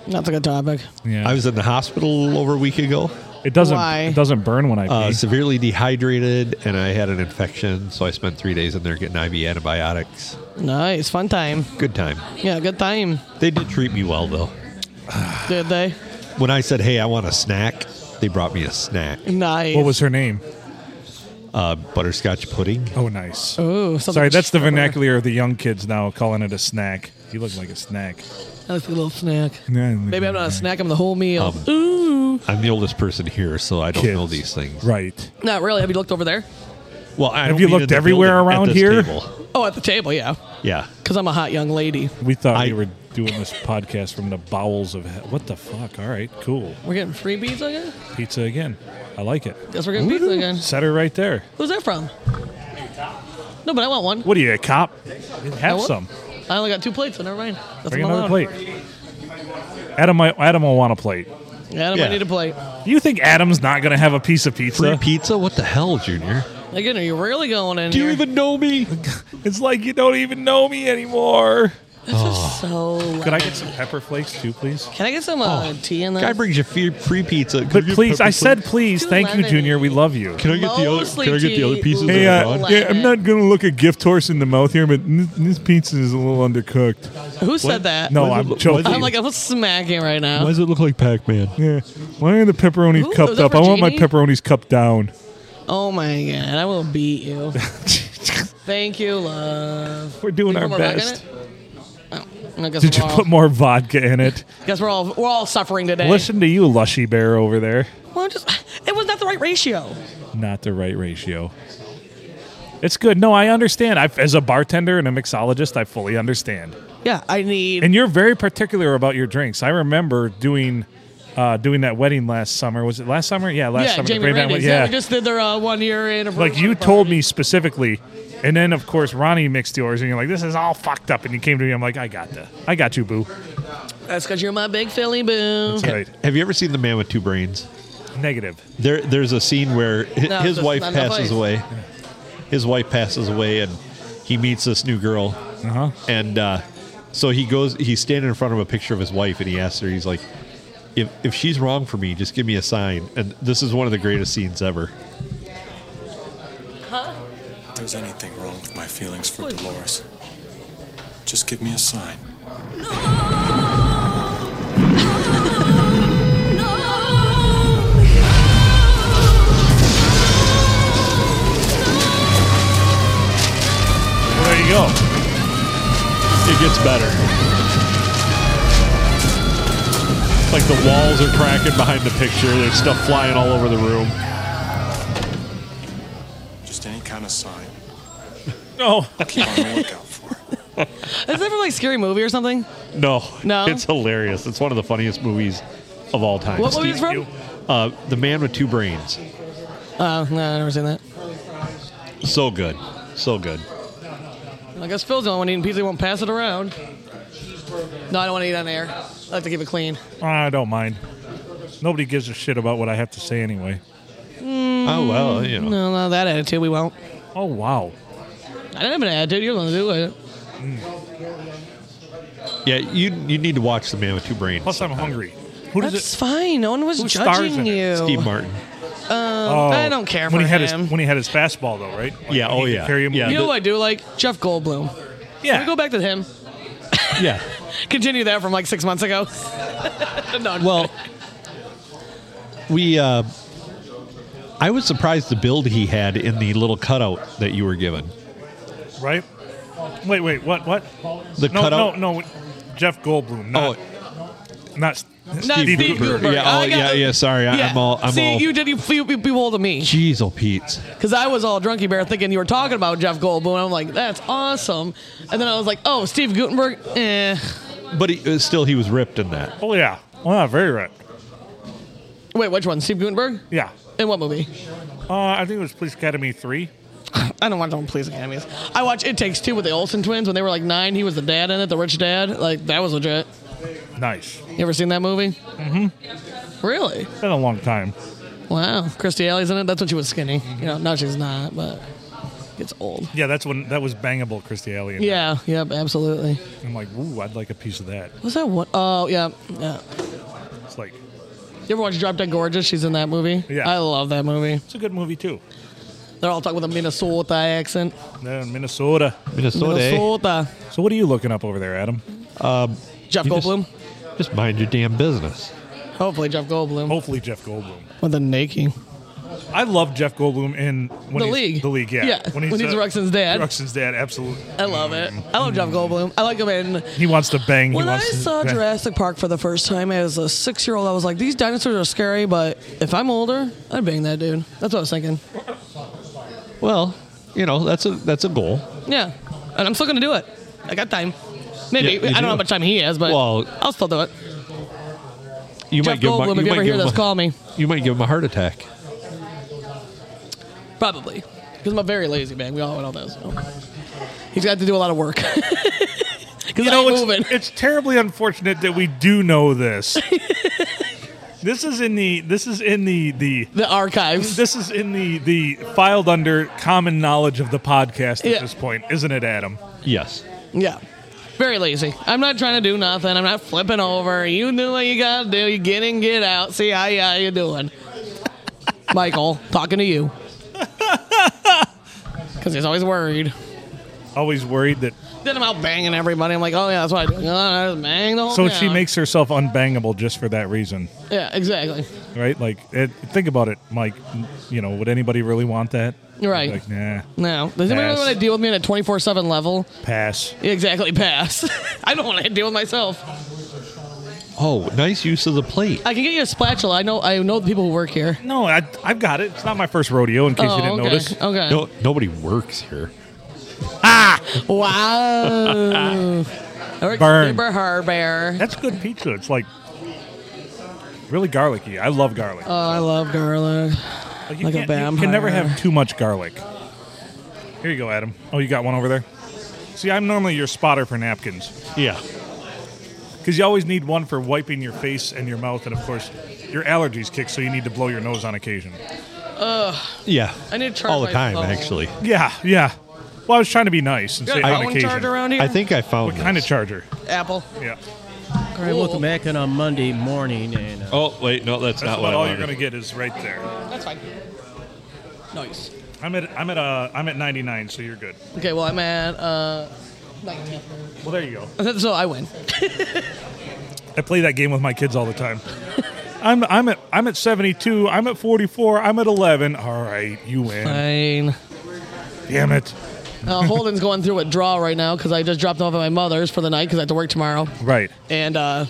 That's a good topic.
Yeah.
I was in the hospital over a week ago,
it doesn't.
Why?
It doesn't burn when I pee.
uh, severely dehydrated, and I had an infection, so I spent three days in there getting IV antibiotics.
Nice, fun time.
Good time.
Yeah, good time.
They did treat me well, though.
Did they?
When I said, hey, I want a snack, they brought me a snack.
Nice.
what was her name?
Uh, butterscotch pudding.
Oh, nice.
Ooh, something
Sorry, that's the
short.
vernacular of the young kids now, calling it a snack. You look like a snack.
That's a little snack. Maybe I'm not a snack. I'm the whole meal.
Um,
Ooh,
I'm the oldest person here, so I don't know these things.
Right.
not really. Have you looked over there?
Well, I
Have
don't
you
mean in
looked
the
everywhere
building, at
around
this
here?
table.
Oh, at the table, yeah.
Yeah.
Because I'm a hot young lady.
We thought
I-
we were doing this podcast from the bowels of hell. What the fuck? All right, cool.
We're getting freebies again.
Pizza again. I like it.
Guess we're getting pizza again.
Set her right there.
Who's that from? No, but I want one.
What are you, a cop? Have
want-
some.
I only got two plates, so never mind. That's
Bring
what I'm
another
allowed.
plate. Adam, I, Adam will want a plate.
Adam,
Yeah.
I need a plate.
You think Adam's not going to have a piece of pizza?
Free pizza? What the hell, Junior?
Again, are you really going in here?
even know me?
It's like you don't even know me anymore.
so loud.
Could I get some pepper flakes too, please?
Can I get some uh,
Oh.
tea in this?
Guy brings you free, free pizza. Can
But
I get
please,
pepper
I said
flakes?
please.
Do
Thank you,
lemon.
Junior. We love you.
Can I get the other?
Mostly
Can I get the
tea.
other pieces?
Hey,
that are
uh,
gone?
yeah, I'm not
gonna look a gift horse in the mouth here, but this pizza is a little undercooked.
Who said that?
No,
Why does it
I'm
look-
joking.
why
I'm Uh, like, I'm smacking right now.
Why does it look like Pac-Man?
Yeah. Why are the pepperonis
Ooh, was
cupped
that
up?
for
I want my
Jeannie?
pepperonis cupped down.
Oh my god, I will beat you. Thank you, love.
We're doing
Think
our
we're rocking
best.
it? I guess
Did you
we're all,
put more vodka in it?
guess we're all we're all suffering today.
Listen to you, Lushy Bear over there.
Well, just it was not the right ratio.
Not the right ratio. It's good. No, I understand. I, as a bartender and a mixologist, I fully understand.
Yeah, I need.
And you're very particular about your drinks. I remember doing uh, doing that wedding last summer. Was it last summer? Yeah, last
yeah,
summer. the
Jamie
Brave Man
Randy's.
wedding.
Yeah. we just did their uh, one year anniversary.
like you
party.
told me specifically and then of course ronnie mixed yours and you're like this is all fucked up and you came to me i'm like i got the i got you boo
That's because you're my big Philly boo.
Ha- Have you ever seen the man with two brains?
Negative.
There, there's a scene where hi-
No,
his
just
wife
not enough
passes
ice.
away. His wife passes away, and he meets this new girl.
Uh-huh.
And uh, so he goes. He's standing in front of a picture of his wife, and he asks her. He's like, "If if she's wrong for me, just give me a sign." And this is one of the greatest scenes ever.
If there's anything wrong with my feelings for Dolores, just give me a sign.
Well, there you go.
It gets better. Like the walls are cracking behind the picture. There's stuff flying all over the room.
Just any kind of sign.
No.
I'll keep on the lookout for it.
Is that from like Scary Movie or something?
No,
No?
it's hilarious. It's one of the funniest movies of all time.
What movie is it from?
Uh, the Man with Two Brains.
Oh, no, I've never seen that.
So good, so good.
I guess Phil's the only one eating pizza. He won't pass it around. No, I don't want to eat on air. I like to keep it clean.
I don't mind. Nobody gives a shit about what I have to say anyway.
Oh, well, you know.
No, no, that attitude we won't.
Oh, wow.
I didn't have an attitude. You're going to do it.
Yeah, you you need to watch The Man with Two Brains.
Plus, I'm hungry. Who
That's fine. No one was
Who stars in
judging
it?
you.
Steve Martin.
Um, I don't care for
Oh, when he
him.
had his when he had his fastball though, right? Like,
Yeah,
when he
oh,
could
yeah.
carry him.
Yeah,
you know what I do like? Jeff Goldblum.
Yeah.
Can we go back to him?
*laughs* Yeah.
Continue that from like six months ago. no, I'm
Well, we. Uh, I was surprised the build he had in the little cutout that you were given.
right? Wait, wait, what? What?
The
no,
cutout- Oh,
No, no, Jeff Goldblum. Not, not, S-
Not Steve Cooper.
Yeah, oh,
I got
yeah,
the-
yeah. Sorry, I- I'm all. I'm
See,
all.
you did. You, you, you beholden me.
Jeez, oh, Pete's.
Because I was all drunky bear thinking you were talking about Jeff Goldblum. I'm like, that's awesome. And then I was like, oh, Steve Gutenberg, eh.
But he, uh, still, he was ripped in that.
Oh yeah. Wow, very right.
Wait, which one? Steve Gutenberg?
Yeah.
In what movie?
Uh, I think it was Police Academy three.
I don't watch on Police Academies. I watch It Takes Two with the Olsen twins when they were like nine. He was the dad in it, the rich dad. Like, that was legit.
Nice.
You ever seen that movie? Mm-hmm. Really?
Been a long time.
Wow. Christy Alley's in it. That's when she was skinny. You know, now she's not, but it's old.
Yeah, that's when that was bangable, Christy Alley. and-
Yeah, yep, absolutely.
I'm like, ooh, I'd like a piece of that.
Was that one? Oh, yeah, yeah.
It's like
You ever watch Drop Dead Gorgeous? She's in that movie.
Yeah.
I love that movie.
it's a good movie too.
They're all talking with a Minnesota accent.
There in Minnesota.
Minnesota, eh?
Minnesota.
So what are you looking up over there, Adam?
Um,
Jeff
you just-
Goldblum.
Just, mind your damn business.
Hopefully, Jeff Goldblum.
Hopefully, Jeff Goldblum.
With a nakey.
I love Jeff Goldblum in when
The
he's,
League.
The league, yeah.
Yeah, when he's Ruxin's dad.
Ruxin's dad, absolutely. Mm.
I love it. I love Jeff Goldblum. I like him in.
He wants to bang.
When
he
I
wants to
saw
bang.
Jurassic Park for the first time as a six year old, I was like, these dinosaurs are scary, but if I'm older, I'd bang that dude. That's what I was thinking.
Well, you know that's a that's a goal.
Yeah. And I'm still going to do it. I got time.
Yeah,
Maybe.
you
I don't
do.
know how much time he has, but
Well,
I'll still do it.
You
Jeff
might give him a-
Goldblum, if you
might
ever
give
hear
him a-
this, call me.
You might give him a heart attack.
Probably. Because I'm a very lazy man. We all know this. He's got to do a lot of work. *laughs* Because
You
I
know,
ain't
it's,
moving.
it's terribly unfortunate that we do know
*laughs*
this. this is in the this is in the the
the archives.
This is in the the filed under common knowledge of the podcast at
Yeah.
this point, isn't it, Adam?
Yes.
Yeah. Very lazy. I'm not trying to do nothing. I'm not flipping over. You do what you gotta do. You get in, get out. See how, how you doing. *laughs* Michael, talking to you. *laughs* Because he's always worried.
Always worried that.
Then I'm out banging everybody. I'm like, oh yeah, that's what I do. Oh, I just bang the whole
So she
town.
makes herself unbangable just for that reason,
Yeah, exactly.
right? Like, it, think about it, Mike. You know, would anybody really want that?
Right.
Like, nah,
No.
Pass.
Does anybody really want to deal with me on a 24 7 level?
pass.
Exactly, pass. *laughs* I don't want to deal with myself.
Oh, nice use of the plate.
I can get you a spatula. I know I know the people who work here.
No, I, I've got it. It's not my first rodeo, in case
Oh,
you didn't
okay, *laughs*
notice.
okay.
No, nobody works here.
Ah, *laughs*
Wow. I work
Burn.
super hard bear.
That's good pizza. It's like really garlicky. I love garlic.
Oh, I love garlic.
Like,
like a
can't- You can never
vampire.
have too much garlic. Here you go, Adam. Oh, you got one over there. See, I'm normally your spotter for napkins.
Yeah.
Because you always need one for wiping your face and your mouth, and of course, your allergies kick, so you need to blow your nose on occasion.
Ugh.
Yeah.
I need to charge
all the
my
time,
phone.
actually.
Yeah, yeah. Well, I was trying to be nice and
You
say
got a
on
phone
occasion.
charger around here? I think
I found
what kind of charger.
Apple.
Yeah.
All right, welcome back on a Monday morning. And uh,
Oh wait, no, that's,
That's
not
about
what I
all
wanted.
you're gonna get is right there.
That's fine. Nice.
I'm at I'm at uh I'm at 99, so you're good.
Okay, well, I'm at uh, 19.
Well, there you
*laughs* So I win.
I play that game with my kids all the
*laughs*
time. I'm I'm at I'm at 72. I'm at 44. I'm at 11. All right, you win.
Fine.
Damn it.
Uh, Holden's going through withdrawal right now because I just dropped him off at my mother's for the night because I have to work tomorrow.
Right.
And uh,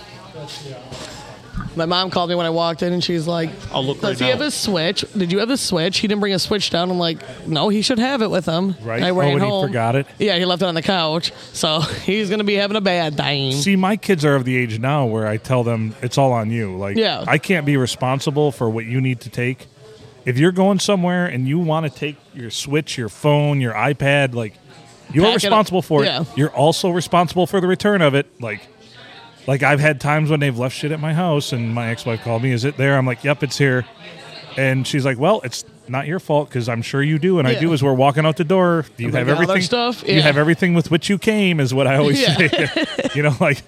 my mom called me when I walked in and she's like,
I'll look
Does
right
he
now."
have his Switch? Did you have his Switch? He didn't bring his Switch down. I'm like, No, he should have it with him.
Right.
And I
Oh,
ran
and he
home.
forgot it?
Yeah, he left it on the couch. So *laughs* he's going to be having a bad time.
See, my kids are of the age now where I tell them it's all on you. Like,
Yeah.
I can't be responsible for what you need to take. If you're going somewhere and you want to take your Switch, your phone, your iPad, like you're
Pack it up.
responsible for it.
Yeah.
You're also responsible for the return of it. Like, like I've had times when they've left shit at my house, and my ex-wife called me, "Is it there?" I'm like, "Yep, it's here," and she's like, "Well, it's." Not your fault because I'm sure you do, and I
Yeah.
do. As we're walking out the door, you have
I'm like, "All their
everything.
stuff?"
You
Yeah.
have everything with which you came, is what I always
Yeah.
say. *laughs* you know, like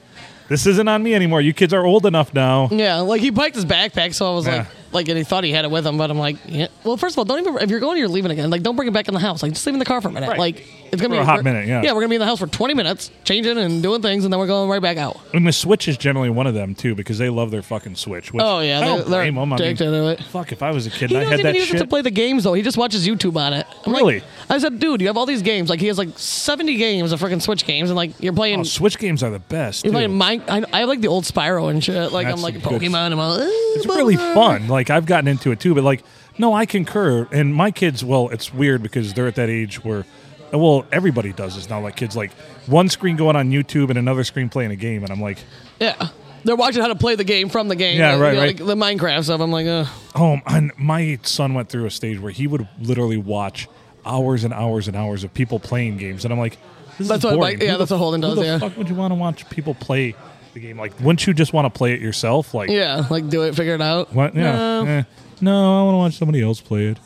this isn't on me anymore. You kids are old enough now.
Yeah, like he biked his backpack, so I was
Yeah.
like, like, and he thought he had it with him, but I'm like, yeah. Well, first of all, don't even if you're going, you're leaving again. Like, don't bring it back in the house. Like, just leave it in the car for a minute.
Right.
Like, it's gonna
For
be
a hot
we're-
minute, yeah.
yeah, we're gonna be in the house for 20 minutes, changing and doing things, and then we're going right back out.
And the Switch is generally one of them too because they love their fucking Switch. Which
Oh, yeah,
I don't
they're- they're
blame 'em. I mean,
addicted to it.
Fuck, if I was a kid, and
He
I
doesn't
had
even
that
use it
shit.
to play the games though. He just watches YouTube on it. I'm like-
Really?
I said, dude, you have all these games. Like, he has like 70 games of freaking Switch games, and like you're playing.
Oh, Switch games are the best.
you're
too.
playing Mine. I, I like the old Spyro and shit. Like
That's
I'm like
some good-
Pokemon. I'm all,
it's really fun. Like I've gotten into it too, but like no, I concur. And my kids, well, it's weird because they're at that age where, well, everybody does this now. Like kids, like one screen going on YouTube and another screen playing a game, and I'm like,
Yeah, they're watching how to play the game from the game.
Yeah,
like,
right,
you know,
right.
Like the Minecraft stuff. I'm like, uh,
Oh, and my son went through a stage where he would literally watch hours and hours and hours of people playing games, and I'm like, this
That's
is
what my-
boring. Who
yeah,
the
that's what Holden
who
does,
the
yeah.
fuck would you want to watch people play the game? Like, wouldn't you just want to play it yourself? Like,
yeah, like do it, figure it out.
what? Yeah,
No.
eh. no, I want to watch somebody else play it.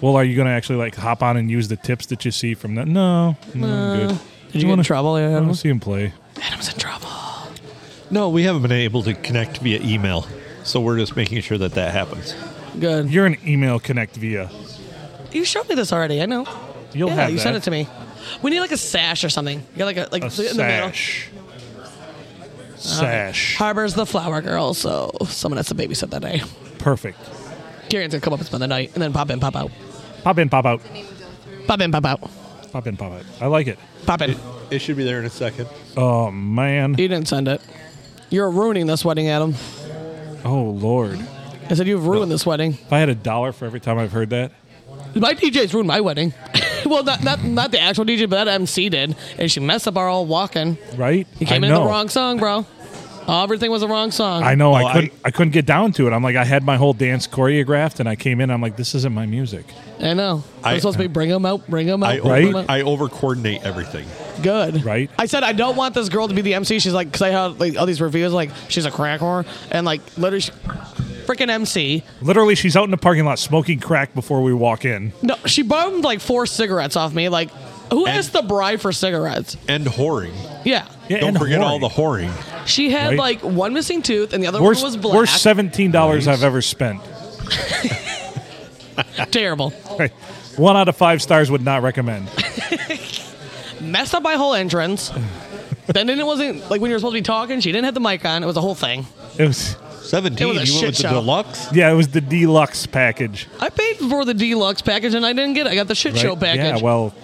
Well, are you going to actually like hop on and use the tips that you see from that? No, no, I'm
No.
good.
Did you get in trouble,
I
Adam?
want to see him play.
Adam's in trouble.
No, we haven't been able to connect via email, so we're just making sure that that happens.
Good.
You're an email connect via.
You showed me this already. I know.
You'll
yeah,
have
you sent
that.
it to me. We need like a sash or something. You got like a like
A
in the middle.
sash.
Uh,
Sash.
harbors the flower girl, so someone has to babysit that day.
Perfect.
Kieran's gonna come up and spend the night, and then pop in, pop out,
Pop in, pop out.
pop in, pop out.
Pop in, pop out. I like it.
Pop in.
It should be there in a second.
Oh man.
You didn't send it. You're ruining this wedding, Adam.
Oh lord.
I said you've ruined this wedding.
If I had a dollar for every time I've heard that,
My DJ's ruined my wedding. *laughs* well, not, not not the actual DJ, but that MC did, and she messed up our all walking.
right?
You came
I
in
know.
the wrong song, bro. Everything was the wrong song.
I know. I couldn't. I, couldn't get down to it. I'm like, I had my whole dance choreographed, and I came in. I'm like, this isn't my music.
I know. I
I-
was supposed to be bring them out, bring them out,
I
bring 'em
over,
out.
I over coordinate everything.
Good.
Right.
I said I don't want this girl to be the MC. She's like, because I had like all these reviews, like she's a crack whore, and like literally, she- freaking MC.
Literally, she's out in the parking lot smoking crack before we walk in.
No, she bummed like four cigarettes off me. Like, who asked the bride for cigarettes?
And whoring.
Yeah.
Don't forget all the whoring.
She had
Right.
like one missing tooth, and the other
Worst,
one was black.
worst seventeen dollars I've ever spent.
Terrible.
Right. One out of five stars would not recommend.
Messed up my
*laughs*
whole entrance. then it wasn't like when you were supposed to be talking. She didn't have the mic on. It was a whole thing.
It was
seventeen.
It was a
you
shit
went with the
show.
deluxe.
Yeah, it was the deluxe package.
I paid for the deluxe package and I didn't get it. I got the shit
right?
show package.
Yeah. Well,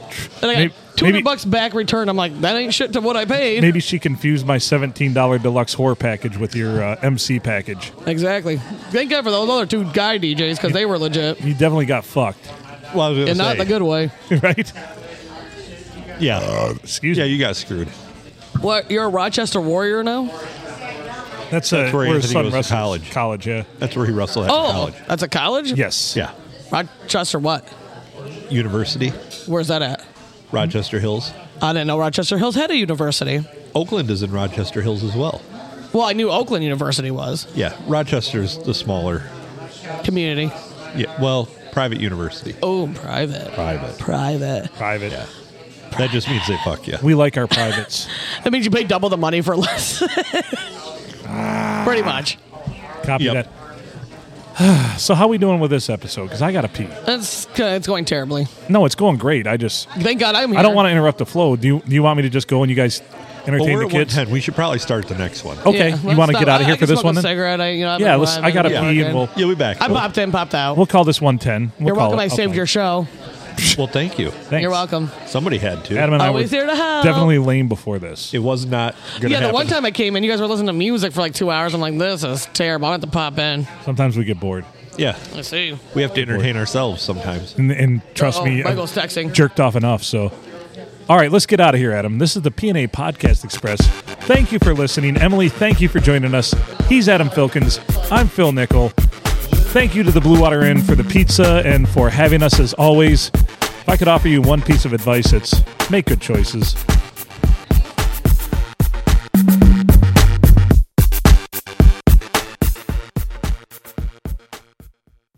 and I got
maybe-
200
maybe-
bucks back return. I'm like, that ain't shit to what I
*laughs*
paid.
Maybe she confused my seventeen dollar deluxe whore package with your uh, MC package.
Exactly. Thank God for those other two guy DJs because they were legit.
You definitely got fucked, *laughs*
Well, I was gonna
And not in
say,
a good way.
right?
Yeah.
excuse
yeah, you got screwed.
What? You're a Rochester Warrior now?
That's, uh,
That's where
where
Anthony
son
goes to
wrestles.
college.
College, yeah.
That's where he wrestled at in
oh,
college.
that's a college?
Yes.
Yeah.
Rochester what?
University,
Where's that at?
Rochester Hills.
I didn't know Rochester Hills had a university.
Oakland is in Rochester Hills as well.
Well, I knew Oakland University was
Yeah, Rochester's the smaller.
community.
Yeah, well, private university.
Oh, private.
Private.
Private.
Private.
Yeah. That just means they fuck you.
We like
*laughs*
our privates.
That means you pay double the money for less. *laughs* Pretty much.
Copy that. *sighs* so how we doing with this episode? Because I got to pee.
That's it's going terribly.
No, it's going great. I just
Thank God I'm here.
I don't want to interrupt the flow. Do you? Do you want me to just go and you guys
Well,
entertain
we're
the
at
kids? Oh.
110. We should probably start the next one.
Okay,
Yeah,
you
let's
want to
stop.
get out of
I- I
here for
can
this
smoke
one
a
then?
cigarette. I, you know, I've been
yeah, let's.
alive
I gotta
and-
pee, and we'll.
You'll be back.
I popped in, popped out.
We'll call this 110. We'll
You're
call
welcome.
it.
I saved
Okay.
your show.
Well, thank you.
Thanks.
You're welcome.
Somebody had to.
Adam and
Always
I
here
were
to help.
definitely lame before this.
It was not
Yeah,
going to
the
happen.
one time I came in, you guys were listening to music for like two hours. I'm like, this is terrible. I have to pop in.
Sometimes we get bored.
yeah,
Let's see.
we have to entertain ourselves sometimes.
And, and trust
Uh-oh,
me,
Michael's
I've
texting.
jerked off enough. So, all right, let's get out of here, Adam. This is the PNA Podcast Express. Thank you for listening. Emily, thank you for joining us. He's Adam Filkins. I'm Phil Nickel. Thank you to the Blue Water Inn for the pizza and for having us as always. If I could offer you one piece of advice, it's make good choices.